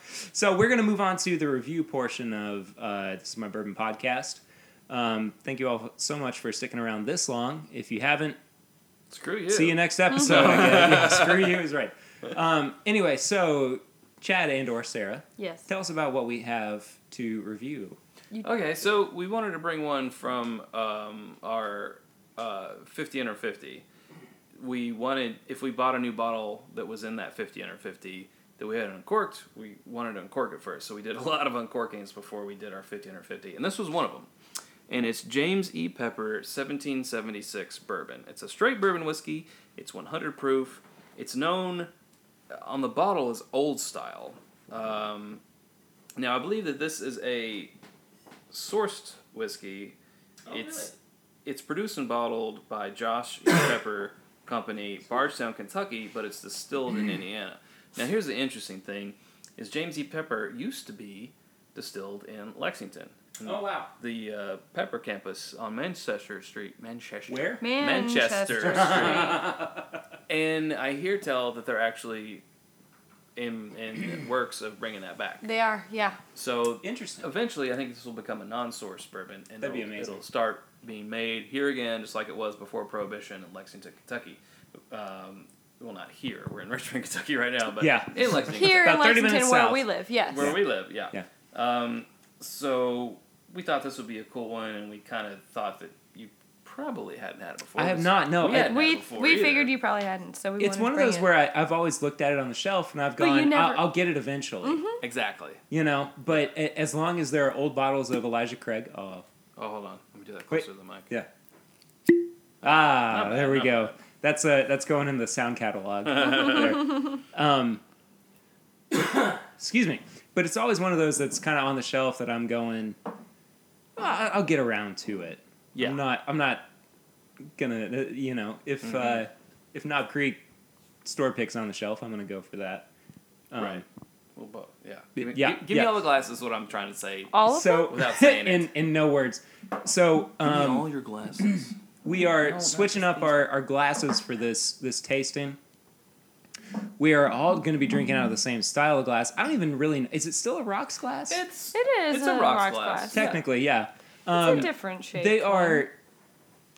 A: so we're going to move on to the review portion of uh, this is my bourbon podcast. Um, thank you all so much for sticking around this long. If you haven't,
B: Screw you.
A: see you next episode. I guess. Yeah, screw you is right. Um, anyway, so Chad and or Sarah,
C: Yes.
A: tell us about what we have to review.
B: Okay, so we wanted to bring one from um, our uh, 50 under 50. We wanted, if we bought a new bottle that was in that 50 under 50 that we had uncorked, we wanted to uncork it first. So we did a lot of uncorkings before we did our 50 under 50. And this was one of them. And it's James E. Pepper 1776 bourbon. It's a straight bourbon whiskey, it's 100 proof. It's known uh, on the bottle as old style. Um, now, I believe that this is a sourced whiskey. it's it's produced and bottled by Josh E. Pepper Company, Bardstown, Kentucky, but it's distilled in Indiana. Now here's the interesting thing is James E. Pepper used to be distilled in Lexington.
A: wow!
B: The uh, Pepper campus on Manchester Street, Manchester.
A: Where?
B: Manchester.
C: Manchester. Street.
B: And I hear tell that they're actually in in works of bringing that back.
C: they are, yeah.
B: So
A: Interesting. Oh,
B: Eventually, I think this will become a non-source bourbon, and
A: That'd be
B: it'll,
A: amazing.
B: it'll start being made here again, just like it was before Prohibition in Lexington, Kentucky. Um, well, not here. We're in Richmond, Kentucky, right now, but
A: Yeah.
B: in Lexington,
C: Here in
A: About 30
C: Lexington,
A: minutes
C: where
A: south.
C: we live, yes.
B: Kentucky, where we live. Yeah.
A: Yeah.
B: Um, so we thought this would be a cool one, and we kind of thought that you probably hadn't had it before.
A: I have
B: This-
A: not, no.
B: we hadn't had it
C: we
B: before
C: we
B: either.
C: figured you probably hadn't, so we
A: It's one
C: wanted to
A: of
C: bring
A: those
C: it.
A: where I, I've always looked at it on the shelf and I've
C: But you
A: gone,
C: never- Mm-hmm.
A: I'll, I'll get it eventually.
B: exactly.
A: You know, but a- as long as there are old bottles of Elijah Craig, oh
B: Oh, hold on. Let me do that
A: Wait.
B: closer to the mic.
A: yeah. Ah,
B: Not bad,
A: there we
B: not
A: go. That's a that's going in the sound catalog. there. um, excuse me, but it's always one of those that's kind of on the shelf that I'm going. "Ah, I'll get around to it.
B: Yeah.
A: I'm not. I'm not gonna. uh, You know, if
B: Mm-hmm.
A: uh, if Knob Creek store picks on the shelf, I'm gonna go for that. Um,
B: Right. Well, both. Yeah. Give me,
A: Yeah,
B: Give, give me
A: yeah.
B: all the glasses. Is what I'm trying to say.
C: All of
A: So
C: them?
B: Without saying it.
A: in in no words. So
B: Give me
A: um,
B: all your glasses.
A: we
B: No,
A: are
B: not
A: switching
B: just
A: up our, our glasses for this this tasting. We are all going to be drinking out of the same style of glass. I don't even really know. Is it still a rocks glass?
B: It's
C: It is
B: It's a
C: a
B: rocks
C: rocks
B: glass.
C: glass.
A: Technically, yeah.
C: it's a different shape.
A: um, They are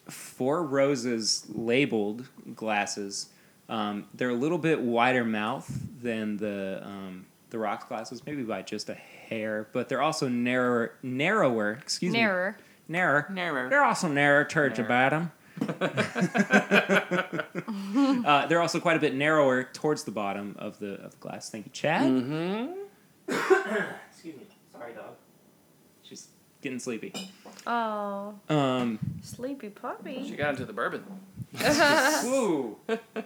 A: four roses labeled glasses. Um, they're a little bit wider mouth than the um, the rocks glasses, maybe by just a hair, but they're also narrower. Narrower, excuse me.
C: narrower.
A: Narrower.
B: Narrower.
A: They're also narrow towards the
B: Narrow.
A: bottom. uh, they're also quite a bit narrower towards the bottom of the of the glass. Thank you, Chad.
B: Mm-hmm.
A: Excuse me. Sorry, dog. She's getting sleepy.
C: Oh,
A: Um.
C: sleepy
B: She
C: puppy.
B: got into the bourbon.
A: Whoa.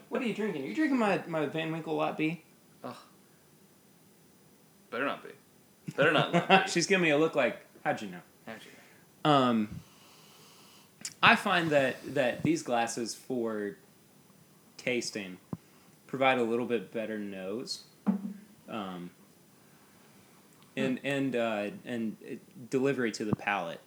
A: what are you drinking? Are you drinking my my Van Winkle Lot B?
B: Better not be. Better not. not be.
A: She's giving me a look like, how'd you know?
B: Actually,
A: Um, I find that that these glasses for tasting provide a little bit better nose, um, and and uh, and uh, delivery to the palate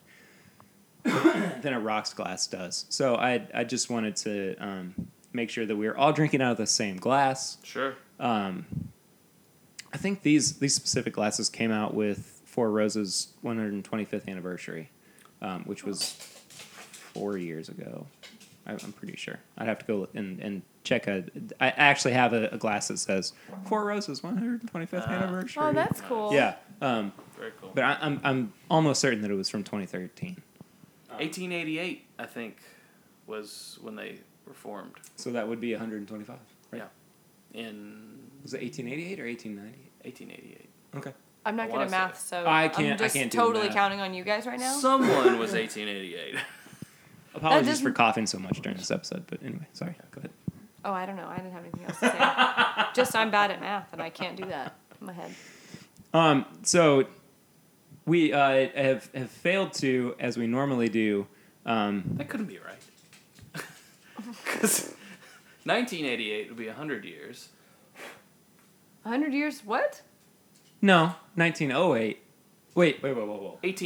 A: than a rocks glass does. So I I just wanted to um, make sure that we were all drinking out of the same glass.
B: Sure.
A: Um, I think these these specific glasses came out with Four Roses 125th anniversary. um, which was four years ago. I- I'm pretty sure. I'd have to go look and, and check. A, I actually have a, a glass that says Four Roses 125th anniversary.
C: Oh, that's cool.
A: yeah. Um,
B: Very cool.
A: but I, I'm I'm almost certain that it was from 2013.
B: 1888, I think, was when they were formed.
A: So that would be 125. Right?
B: Yeah. In
A: Was it 1888 or 1898?
B: 1888.
A: Okay.
C: I'm
B: I
C: not good
B: wanna
C: at
B: say-
C: math, so
A: I
C: I'm
A: can't- I
C: just
A: can't do
C: totally
A: math.
C: counting on you guys right now.
B: Someone was 1888.
A: Apologies
C: doesn't-
A: for coughing so much during this episode, but anyway, sorry. Go ahead.
C: oh, I don't know. I didn't have anything else to say. just I'm bad at math, and I can't do that in my head.
A: Um, so we uh, have have failed to, as we normally do. Um,
B: that couldn't be right. Because 1988 would be 100 years.
C: 100 years? What?
A: no, 1908. Wait, wait, wait, wait, wait.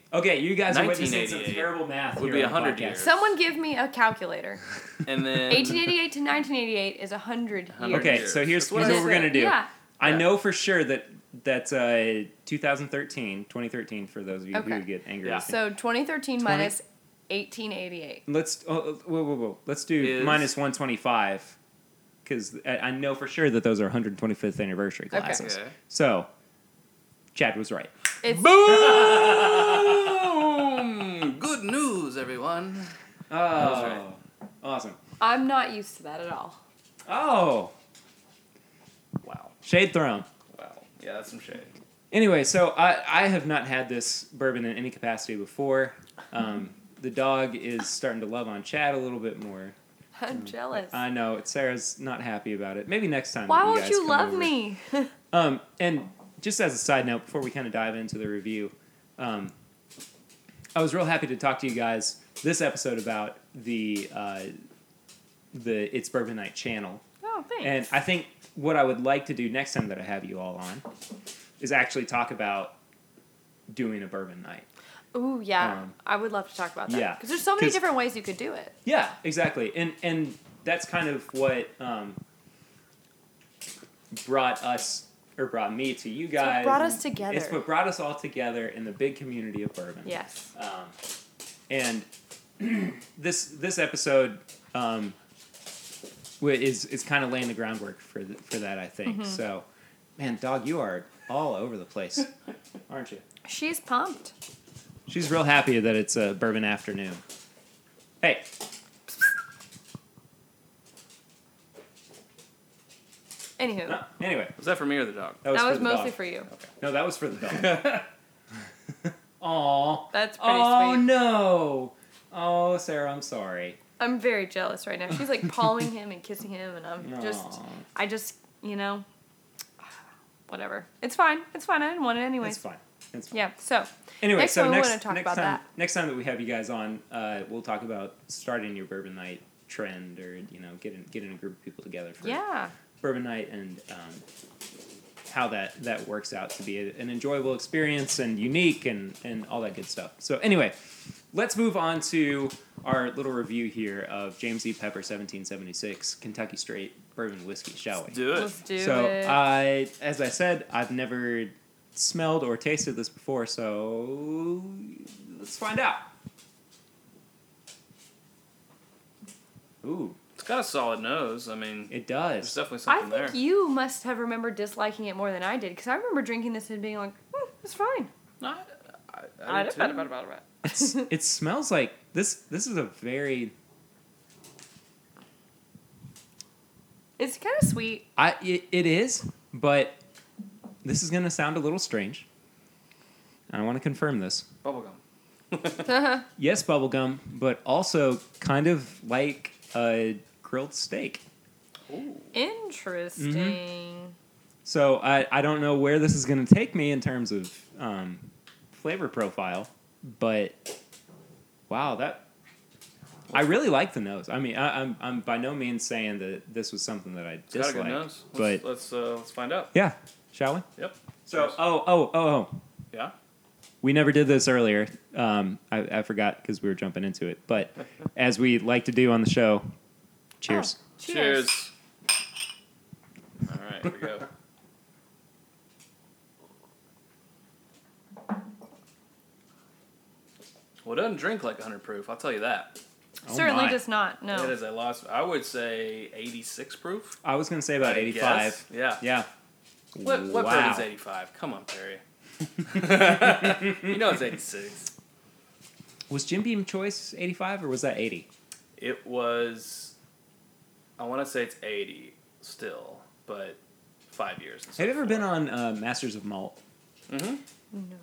B: 1888.
A: Okay, you guys are witnessing some
B: 1988
A: terrible math.
B: would
A: here
B: be
A: on the
B: 100
A: podcast.
B: years.
C: Someone give me a calculator.
B: And then.
C: 1888 to 1988 is 100 years.
B: 100
A: Okay,
B: years.
A: so here's,
B: That's what
A: here's
B: I
A: what we're
C: said.
A: gonna do.
C: Yeah.
A: I
B: Yeah.
A: know for sure that that's uh, 2013, 2013 for those of you
C: Okay.
A: who get angry.
B: Yeah.
A: with me.
C: So 2013 minus 1888.
A: Let's oh, whoa, whoa, whoa. Let's do
B: Is-
A: minus one twenty five, because I, I know for sure that those are hundred twenty fifth anniversary
C: Okay.
A: glasses.
B: Okay.
A: So, Chad was right.
C: It's
B: Boom! Good news, everyone.
A: Oh,
B: right.
A: awesome.
C: I'm not used to that at all.
A: Oh,
B: Wow.
A: shade thrown.
B: Wow. Yeah, that's some shade.
A: Anyway, so I I have not had this bourbon in any capacity before. Um, the dog is starting to love on Chad a little bit more.
C: I'm jealous.
A: Mm, I know Sarah's not happy about it. Maybe next time.
C: Why
A: that you
C: won't
A: guys
C: you
A: come
C: love
A: over.
C: me?
A: Um, and just as a side note, before we kind of dive into the review, um, I was real happy to talk to you guys this episode about the uh, the It's Bourbon Night channel.
C: oh,
A: And
C: thanks.
A: I think what I would like to do next time that I have you all on is actually talk about doing a bourbon night.
C: Ooh, yeah.
A: um,
C: I would love to talk about that.
A: yeah.
C: Because there's so many
A: 'Cause-
C: different ways you could do it.
A: Yeah, exactly. And and that's kind of what um, brought us or brought me to you
C: what
A: guys.
C: brought us
A: and
C: together.
A: It's what brought us all together in the big community of bourbon.
C: Yes.
A: Um, and this this episode um, wi- is is kind of laying the groundwork for th- for that. I
C: Mm-hmm.
A: think so. Man, dog, you are all over the place, aren't you?
C: She's pumped.
A: She's real happy that it's a bourbon afternoon. Hey.
C: Anywho,
A: uh, Anyway,
B: Was that for me or the dog?
A: that was,
C: that
A: for
C: was
A: the
C: mostly
A: dog.
C: for you.
A: No, that was for the dog. Aw.
C: That's pretty
A: Oh
C: sweet.
A: no. Oh, Sarah, I'm sorry.
C: I'm very jealous right now. She's like pawing him and kissing him, and I'm just,
A: Aw.
C: I just, you know, whatever. It's fine. It's fine. I didn't want it anyways.
A: It's fine. It's fine.
C: Yeah. So,
A: Anyway,
C: Next
A: so
C: time we
A: next,
C: wanna talk
A: next
C: about
A: time,
C: that.
A: next time that we have you guys on, uh, we'll talk about starting your bourbon night trend, or you know, getting getting a group of people together for
C: yeah.
A: bourbon night and um, how that that works out to be a- an enjoyable experience and unique and and all that good stuff. So anyway, let's move on to our little review here of James E. Pepper 1776 Kentucky Straight Bourbon Whiskey, shall we?
B: Do it.
C: Let's do
A: so
C: it.
B: uh,
A: I, as I said, I've never smelled or tasted this before, so let's find out. Ooh,
B: It's got a solid nose. I mean,
A: it
B: there's
A: does.
B: definitely
C: I
B: something
C: think
B: there.
C: you must have remembered disliking it more than I did because I remember drinking this and being like, hmm, it's fine.
B: No, I,
C: I
B: I, I
C: don't
B: did too.
C: know about it.
A: It's, it smells like this. This is a very
C: It's kind of sweet.
A: I. It, it is, but this is gonna sound a little strange. I want to confirm this.
B: Bubblegum.
A: Yes, bubblegum, but also kind of like a grilled steak.
B: Ooh.
C: Interesting.
B: Mm-hmm.
A: So I, I don't know where this is going to take me in terms of um, flavor profile, but wow, that I really like the nose. I mean, I, I'm I'm by no means saying that this was something that I
B: It's got a
A: disliked,
B: good nose. Let's,
A: but
B: let's, uh, let's find out.
A: yeah, shall we?
B: Yep.
A: So
B: Cheers.
A: oh oh oh oh,
B: yeah.
A: we never did this earlier. Um, I, I forgot because we were jumping into it, but as we like to do on the show, cheers.
C: Oh,
B: Cheers. All right, here we go. Well, it doesn't drink like 100 proof. I'll tell you that.
A: Oh
C: Certainly
A: my.
C: does not. No.
B: It is a loss. I would say 86 proof.
A: I was gonna say about
B: I
A: eighty
B: guess.
A: five.
B: Yeah.
A: Yeah.
B: What, what
A: wow.
B: bird is 85? Come on, Perry. you know it's 86.
A: Was Jim Beam Choice eighty five or was that eighty?
B: It was, I want to say it's 80 still, but five years. and so
A: Have you ever been
B: forth.
A: on uh, Masters of Malt?
B: Mm-hmm.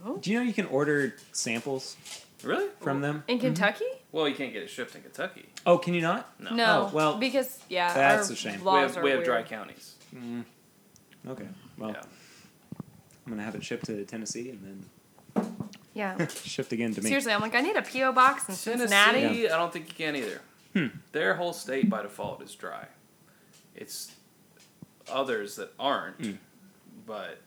C: no.
A: Do you know you can order samples
B: Really?
A: from them?
C: In Kentucky?
B: Well, you can't get it shipped in Kentucky.
A: Oh, can you not?
B: No.
C: No.
A: Oh, well,
C: because yeah,
A: that's
C: our
A: a shame. We
B: We
C: laws
B: have,
C: are
B: we have dry
C: weird.
B: counties.
A: Okay. Well,
B: Yeah.
A: I'm gonna have it shipped to Tennessee and then
C: Yeah.
A: shipped again to me.
C: Seriously, I'm like, I need a PO box in Cincinnati.
B: Tennessee, I don't think you can either. Their whole state by default is dry. It's others that aren't, but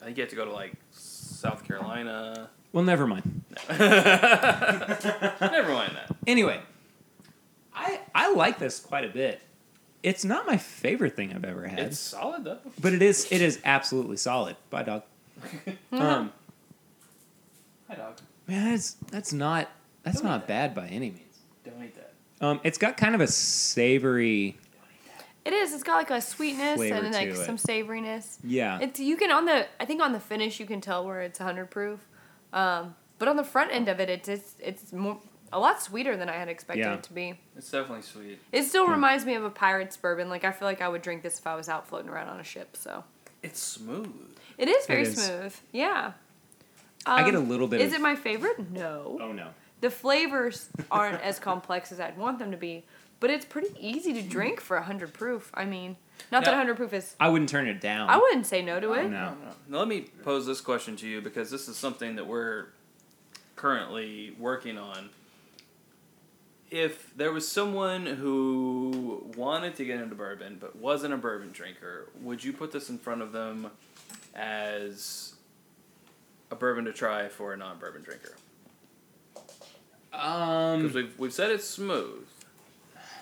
B: I think you have to go to like South Carolina.
A: Well, never mind.
B: Never mind that.
A: Anyway, I I like this quite a bit. It's not my favorite thing I've ever had,
B: It's solid though.
A: but it is it is absolutely solid. Bye, dog. um,
B: Hi, dog.
A: man, that's that's not that's
B: Don't eat
A: not bad
B: that.
A: by any means.
B: Don't eat that.
A: Um, it's got kind of a savory.
C: It is. It's got like a sweetness
A: Flavor
C: and like
A: to it.
C: some savoriness.
A: Yeah.
C: It's you can on the I think on the finish you can tell where it's 100 proof, um, but on the front end of it it's it's it's more, a lot sweeter than I had expected
A: Yeah. Hmm.
C: it to be.
B: It's definitely sweet.
C: It still reminds me of a pirate's bourbon. Like I feel like I would drink this if I was out floating around on a ship. So
B: It's smooth.
C: it is very
A: is.
C: smooth. Yeah.
A: I get a
C: Um,
A: little bit.
C: Is
A: of,
C: it my favorite? No.
A: Oh no.
C: The flavors aren't as complex as I'd want them to be, but it's pretty easy to drink for 100 proof. I mean, not that
B: Now-
C: 100 proof is.
A: I wouldn't turn it down.
C: I wouldn't say no to it.
A: No.
B: Now, let me pose this question to you because this is something that we're currently working on. If there was someone who wanted to get into bourbon but wasn't a bourbon drinker, would you put this in front of them as a bourbon to try for a non-bourbon drinker?
A: Um. Hmm.
B: Because we've we've said it's smooth,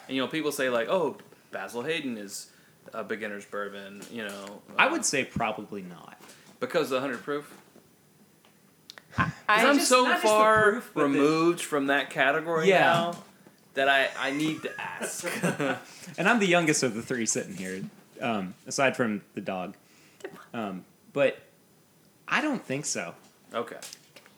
B: and you know people say like, oh, Basil Hayden is a beginner's bourbon. You know,
A: I
B: uh,
A: would say probably not.
B: because of the hundred proof.
C: I
B: Because I'm
C: just-
B: so
A: not just the
B: far
A: proof, but the-
B: removed from that category
A: Yeah.
B: now that I, I need to ask.
A: And I'm the youngest of the three sitting here, um, aside from the dog. Um, but I don't think so,
B: okay.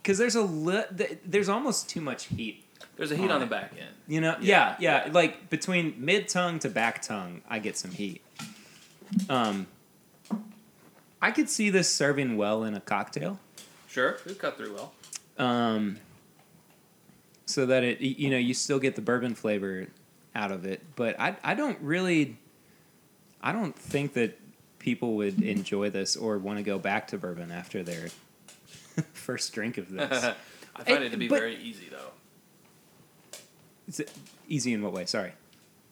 A: because there's a li- th- there's almost too much heat.
B: There's a heat on the back end.
A: You know? Yeah,
B: Yeah.
A: yeah. Like between mid tongue to back tongue, I get some heat. Um, I could see this serving well in a cocktail.
B: Sure, we've cut through well.
A: um, so that it y- you know you still get the bourbon flavor out of it. But I I don't really I don't think that people would enjoy this or want to go back to bourbon after their first drink of this.
B: I find
A: It-
B: it, to be
A: but-
B: very easy though.
A: Is it easy in what way? Sorry,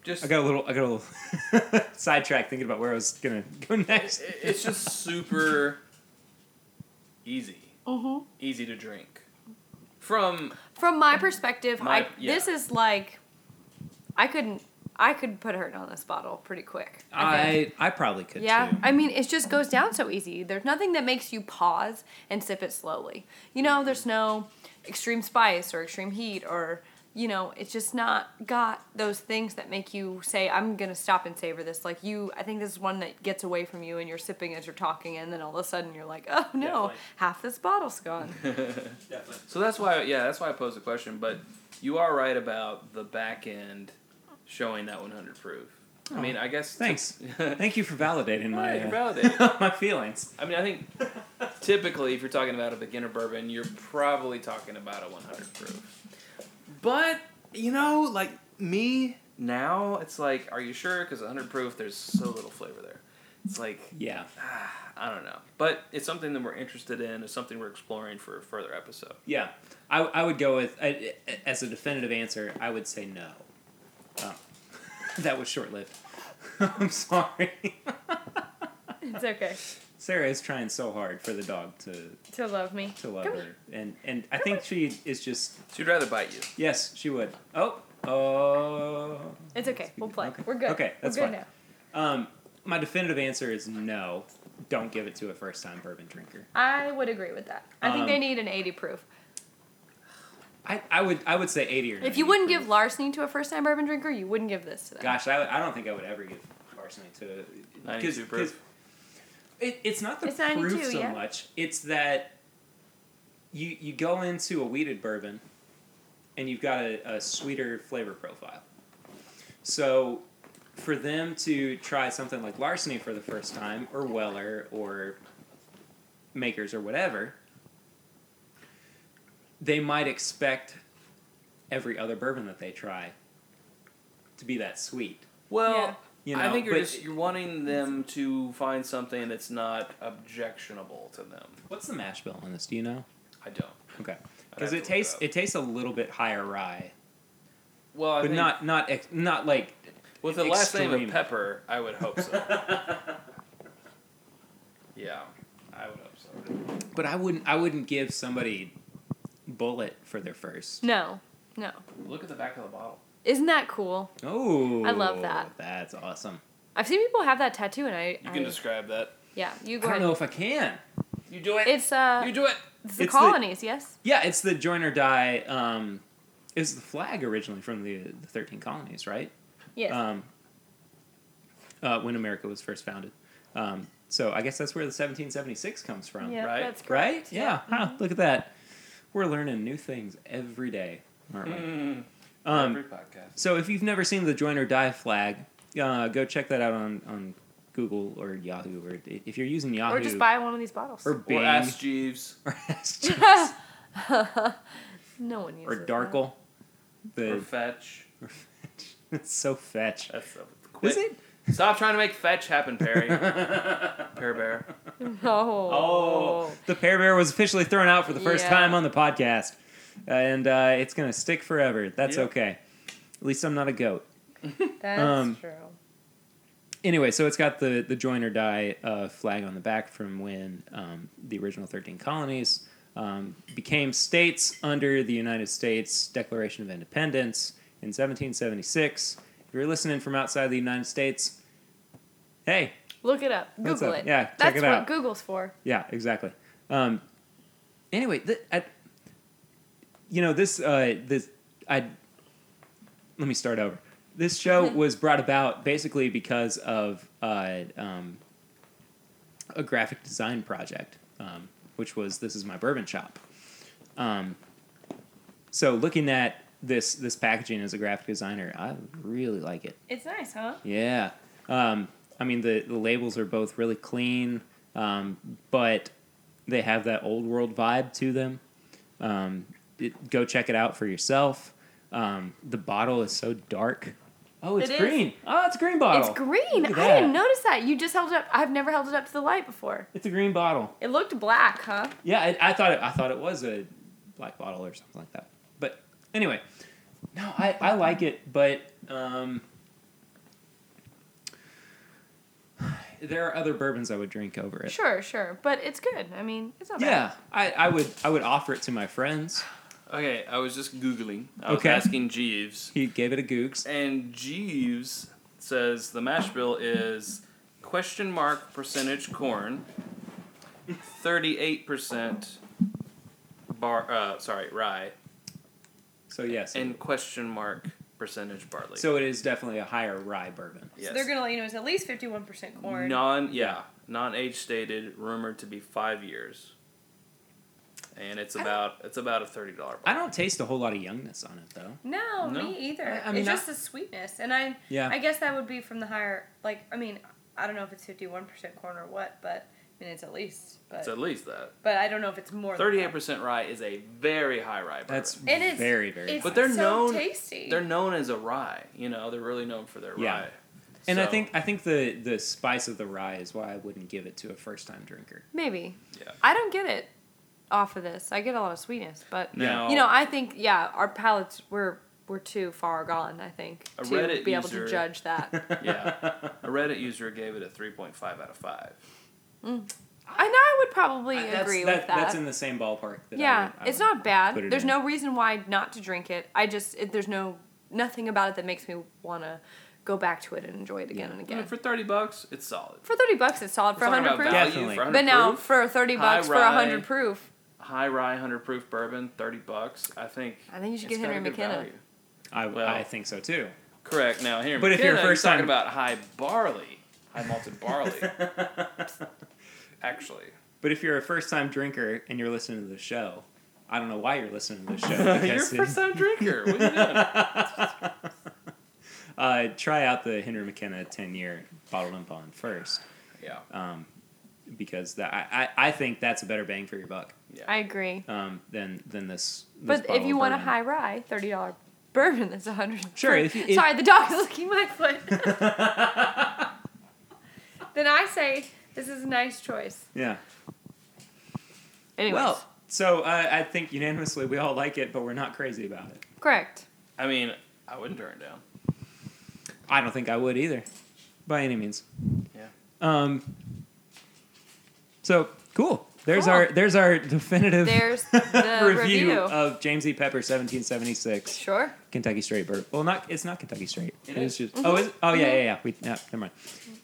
B: Just
A: I got a little I got a little sidetracked thinking about where I was gonna go next.
B: it- it's just super easy,
A: Mm-hmm.
C: Mhm.
B: easy to drink. From
C: From my perspective,
B: My-
C: I,
B: yeah.
C: this is like, I couldn't, I could put hurt on this bottle pretty quick. think.
A: I I probably could
C: yeah.
A: too.
C: I mean, it just goes down so easy. There's nothing that makes you pause and sip it slowly. You know, there's no extreme spice or extreme heat or, you know, it's just not got those things that make you say, I'm going to stop and savor this. Like, you, I think this is one that gets away from you and you're sipping as you're talking, and then all of a sudden you're like, oh no,
B: Definitely.
C: half this bottle's gone.
B: So that's why, yeah, that's why I posed the question. But you are right about the back end showing that 100 proof.
A: Oh.
B: I mean, I guess
A: Thanks. Thank you for validating
B: All right,
A: my
B: you're
A: uh,
B: validated.
A: my feelings.
B: I mean, I think typically, if you're talking about a beginner bourbon, you're probably talking about a 100 proof. But you know, like me now, it's like, are you sure? Because 100 proof, there's so little flavor there. It's like
A: Yeah.
B: I don't know, but it's something that we're interested in. It's something we're exploring for a further episode.
A: Yeah, I, I would go with I, as a definitive answer. I would say no. Oh. that was short lived. I'm sorry.
C: it's okay
A: Sarah is trying so hard for the dog to
C: to love me.
A: to love
C: Come
A: her,
C: here.
A: and and I think she is just
B: She'd rather bite you.
A: yes, she would. Oh oh.
C: It's okay. We'll play.
A: Okay.
C: We're good.
A: Okay, that's
C: We're good
A: fine.
C: now.
A: Um, my definitive answer is no. Don't give it to a first time bourbon drinker.
C: I would agree with that. I think
A: Um,
C: they need an 80 proof.
A: I, I would I would say eighty or. 90.
C: If you wouldn't give larceny to a first time bourbon drinker, you wouldn't give this to them.
A: Gosh, I, would- I don't think I would ever give larceny to
B: 92 proof.
A: It, it's not the
C: It's 92,
A: proof so
C: yeah.
A: much. It's that you you go into a weeded bourbon, and you've got a, a sweeter flavor profile. So, for them to try something like larceny for the first time, or Weller, or Makers, or whatever, they might expect every other bourbon that they try to be that sweet.
B: Well,
C: Yeah.
A: You
B: I
A: know,
B: think you're
A: but-
B: just you're wanting them to find something that's not objectionable to them.
A: What's the mash bill on this? Do you know?
B: I don't.
A: Okay,
B: I'd have
A: because
B: to
A: it
B: look
A: tastes
B: up.
A: it tastes a little bit higher rye,
B: Well, I
A: but
B: think
A: not not ex- not like
B: with the last name of
A: extreme.
B: Pepper. I would hope so. yeah, I would hope so.
A: But I wouldn't I wouldn't give somebody bullet for their first.
C: No, no.
B: Look at the back of the bottle.
C: Isn't that cool?
A: Oh,
C: I love that.
A: That's awesome.
C: I've seen people have that tattoo, and I.
B: You
C: I
B: can describe that.
C: yeah, you
A: I
C: go
A: don't
C: ahead.
A: know if I can.
B: You do it.
C: It's uh,
B: you do it.
C: it's the
A: it's the-
C: colonies, yes.
A: Yeah, it's the join or die. Um, is the flag originally from the the thirteen colonies, right?
C: Yes.
A: Um, uh, when America was first founded. Um, so I guess that's where the 1776 comes from.
C: yeah,
B: right?
C: that's
A: Right?
C: correct.
A: Yeah. Huh, look at that. We're learning new things every day,
B: Mm.
A: aren't we? Um,
B: Every podcast.
A: so if you've never seen the join or die flag, uh, go check that out on, on Google or Yahoo or if you're using Yahoo
C: Or just buy one of these bottles.
A: or Bing
B: Or ask Jeeves.
A: or ask Jeeves,
C: no one uses
A: or Darkle.
B: Or
A: The
B: fetch.
A: it's so fetch.
B: That's so quick.
A: Is it?
B: Stop trying to make fetch happen, Perry. Pear Bear.
C: That.
A: Oh,
C: No.
A: the Pear Bear was officially thrown out for the first
C: Yeah.
A: time on the podcast, and uh, it's gonna stick forever. That's
B: Yeah.
A: okay. At least I'm not a goat.
C: That's
A: Um,
C: true.
A: anyway, so it's got the the join or die uh, flag on the back from when um, the original thirteen colonies um, became states under the United States Declaration of Independence in 1776. If you're listening from outside the United States, hey,
C: Look it up.
A: That's
C: Google
A: up.
C: it.
A: Yeah, check
C: that's
A: it
C: what
A: out.
C: Google's for.
A: yeah, exactly. Um, anyway, th- I, you know this. Uh, this I let me start over. This show was brought about basically because of uh, um, a graphic design project, um, which was this is my bourbon shop. Um, so looking at this this packaging as a graphic designer, I really like it.
C: It's nice, huh?
A: Yeah. Um, I mean, the, the labels are both really clean, um, but they have that old world vibe to them. Um, it, go check it out for yourself. Um, the bottle is so dark. Oh, it's
C: It is.
A: green. Oh, it's a green bottle.
C: It's green.
A: Look at
C: I didn't
A: that.
C: notice that. You just held it up. I've never held it up to the light before.
A: It's a green bottle.
C: It looked black, huh?
A: Yeah, I, I thought it, I thought it was a black bottle or something like that. But anyway, no, I, I like it, but um, there are other bourbons I would drink over it.
C: Sure, sure. But it's good. I mean, it's not bad.
A: Yeah, I, I would I would offer it to my friends.
B: Okay, I was just Googling. I was
A: Okay.
B: asking Jeeves.
A: He gave it a gooks.
B: And Jeeves says the mash bill is question mark percentage corn, 38% bar, uh, sorry, rye,
A: So yes,
B: and question mark percentage barley.
A: so it is definitely a higher rye bourbon.
B: yes.
C: to let you know it's at least 51%
B: Non, yeah, non age stated, rumored to be five years. And it's
A: I don't-
B: about it's about a thirty dollar.
A: I don't taste a whole lot of youngness on it though.
C: No,
B: No.
C: me either.
A: I- I mean,
C: it's
A: I-
C: just the sweetness, and I.
A: Yeah.
C: I guess that would be from the higher, like I mean, I don't know if it's fifty one percent corn or what, but I mean it's at least, but
B: It's at least that
C: but I don't know if it's more.
B: thirty eight percent rye is a very high rye. Bourbon.
A: That's
C: It is-
A: very very.
C: It's
A: high.
B: But they're
C: so
B: known-
C: tasty.
B: They're known as a rye. You know, they're really known for their
A: Yeah.
B: rye.
A: and I
B: So,
A: think I think the the spice of the rye is why I wouldn't give it to a first time drinker.
C: Maybe
B: yeah.
C: I don't get it off of this. I get a lot of sweetness, but
B: Now,
C: you know, I think yeah, our palates were were too far gone. I think
B: A
C: to
B: Reddit
C: be able
B: user-
C: to judge that.
B: yeah, a Reddit user gave it a three point five out of five.
C: I know I would probably
A: I- that's-
C: agree
A: that-
C: with that.
A: That's in the same ballpark. That I
C: yeah,
A: would- I
C: it's
A: would-
C: not bad.
A: put it
C: There's
A: in.
C: no reason why not to drink it. I just it, there's no nothing about it that makes me want to go back to it and enjoy it again
A: Yeah.
C: and
B: I mean,
C: again.
B: for thirty bucks, it's solid.
C: For thirty bucks, it's solid for
B: We're talking
C: hundred
B: about
C: proof.
A: value.
B: for
A: Definitely.
B: 100
C: But now
B: proof,
C: for thirty
B: high
C: bucks for for
B: rye.
C: hundred proof,
B: high rye, hundred proof bourbon, thirty bucks. I think.
C: I think you should
B: it's
C: get
B: got a
C: Henry
B: good
C: McKenna.
B: value.
A: I,
B: Well-
A: I think so too.
B: Correct. Now, Henry
A: But if you're
B: McKenna,
A: first
B: he's
A: time-
B: talking about high barley, high malted barley, actually.
A: But if you're a first time drinker and you're listening to the show, I don't know why you're listening to the show.
B: You're a
A: because
B: first time drinker. What are you doing?
A: uh, try out the Henry McKenna 10 year bottled and bond first
B: Yeah.
A: Um, because that, I, I, I think that's a better bang for your buck
C: I agree.
A: um, than, than this. this
C: But if
A: bottle
C: you
A: of
C: want a
A: bourbon.
C: high rye, thirty dollar bourbon that's a hundred.
A: Sure, if you- if-
C: Sorry, the dog is licking my foot. then I say this is a nice choice.
A: Yeah.
C: Anyways,
A: Well, so uh, I think unanimously we all like it, but we're not crazy about it.
C: correct.
B: I mean, I wouldn't turn it down.
A: I don't think I would either, by any means.
B: Yeah.
A: Um, so cool. There's
C: Cool.
A: our there's our definitive
C: There's the
A: review,
C: review.
A: of James E. Pepper 1776
C: Sure.
A: Kentucky Straight Bourbon. Well, not it's not Kentucky Straight.
B: It
A: is
B: is.
A: just
C: Mm-hmm.
A: oh is it? oh yeah yeah yeah. We no, never mind.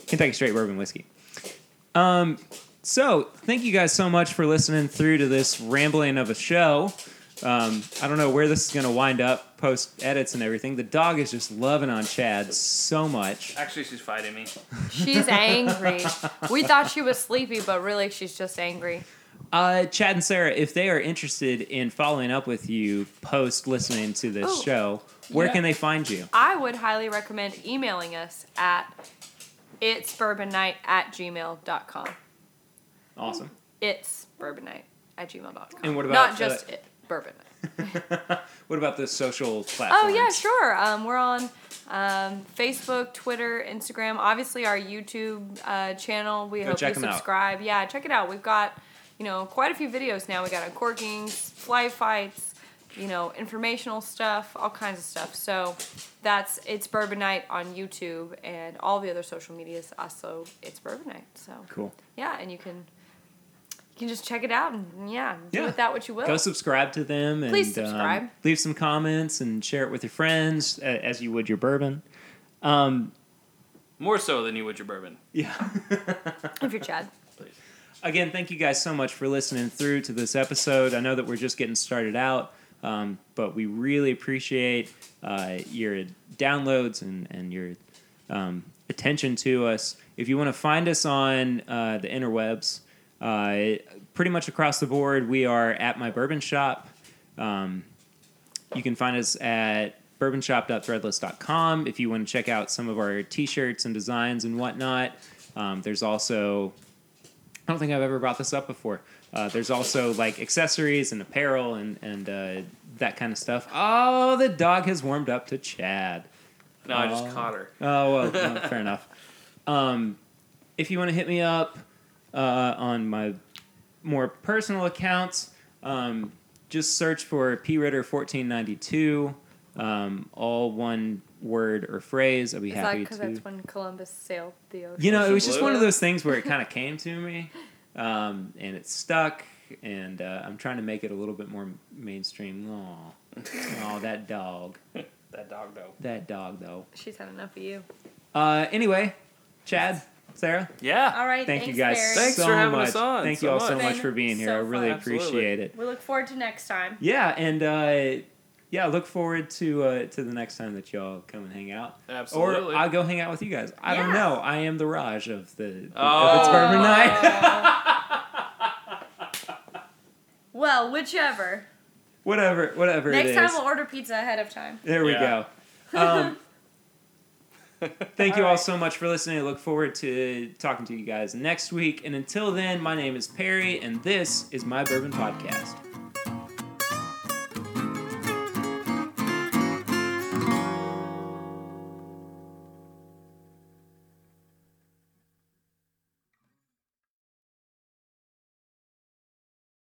A: Kentucky Straight Bourbon Whiskey. Um, so thank you guys so much for listening through to this rambling of a show. Um, I don't know where this is going to wind up post edits and everything. The dog is just loving on Chad so much.
B: Actually, she's fighting me.
C: She's angry. we thought she was sleepy, but really she's just angry.
A: Uh, Chad and Sarah, if they are interested in following up with you post listening to this
C: Oh.
A: show, where
B: Yeah.
A: can they find you?
C: I would highly recommend emailing us at it's bourbon night at gmail.com.
A: Awesome.
C: It's bourbon night at gmail.com.
A: And what about uh,
C: Not just
A: the-
C: it, bourbon night.
A: What about the social platforms?
C: Oh yeah, sure. Um, we're on um, Facebook, Twitter, Instagram. Obviously, our YouTube uh, channel. We
A: Go
C: hope
A: check
C: you
A: 'em out.
C: subscribe. Yeah, check it out. We've got you know quite a few videos now. We got uncorkings, fly fights, you know, informational stuff, all kinds of stuff. So that's it's Bourbon Night on YouTube and all the other social medias. Also, it's Bourbon Night. So
A: Cool.
C: yeah, and you can you can just check it out and yeah, do
A: Yeah.
C: with that what you will.
A: Go subscribe to them and
C: Oh. Please
A: um,
C: subscribe.
A: leave some comments and share it with your friends uh, as you would your bourbon.
B: More so than you would your bourbon.
A: Yeah.
C: if you're Chad.
B: Please.
A: Again, thank you guys so much for listening through to this episode. I know that we're just getting started out, um, but we really appreciate uh, your downloads and, and your um, attention to us. If you want to find us on uh, the interwebs, uh, pretty much across the board, we are at my bourbon shop. Um, you can find us at bourbonshop.threadless.com if you want to check out some of our t shirts and designs and whatnot. Um, there's also I don't think I've ever brought this up before. Uh, there's also like accessories and apparel and and uh, that kind of stuff. Oh, the dog has warmed up to Chad.
B: No, I just
A: Oh.
B: caught her.
A: Oh well, no, fair enough. Um, if you want to hit me up uh, on my more personal accounts, um, just search for P Ritter fourteen ninety two, um, all one word or phrase. I'll be
C: Is that
A: happy
C: because
A: to.
C: that's when Columbus sailed the ocean?
A: You know, it was
B: Ocean
A: just
B: Blue?
A: one of those things where it kind of came to me, um, and it stuck. And uh, I'm trying to make it a little bit more mainstream. Aw, aw, that dog,
B: That dog, though.
A: that dog though.
C: She's had enough of you.
A: Uh, anyway, Chad, Sarah,
B: Yeah.
C: All right.
A: thank
C: thanks,
A: you guys
C: Barry.
B: Thanks
A: so
B: for having
A: much.
B: us on
A: Thank
B: so
A: you all so
B: much.
A: much
C: Been
A: for being here.
C: so
A: I really
C: fun.
A: appreciate
B: Absolutely.
A: it.
C: We look forward to next time.
A: Yeah, and uh, yeah, look forward to uh, to the next time that y'all come and hang out.
B: Absolutely.
A: Or I'll go hang out with you guys. I don't
C: Yeah.
A: know. I am the Raj of the of
B: Oh.
A: it's Bourbon Night.
C: well, whichever.
A: whatever, whatever it
C: Next
A: is.
C: time we'll order pizza ahead of time.
A: There we
B: Yeah.
A: go. Um, thank you all
C: Alright.
A: so much for listening. I look forward to talking to you guys next week. And until then, my name is Perry, and this is my Bourbon Podcast.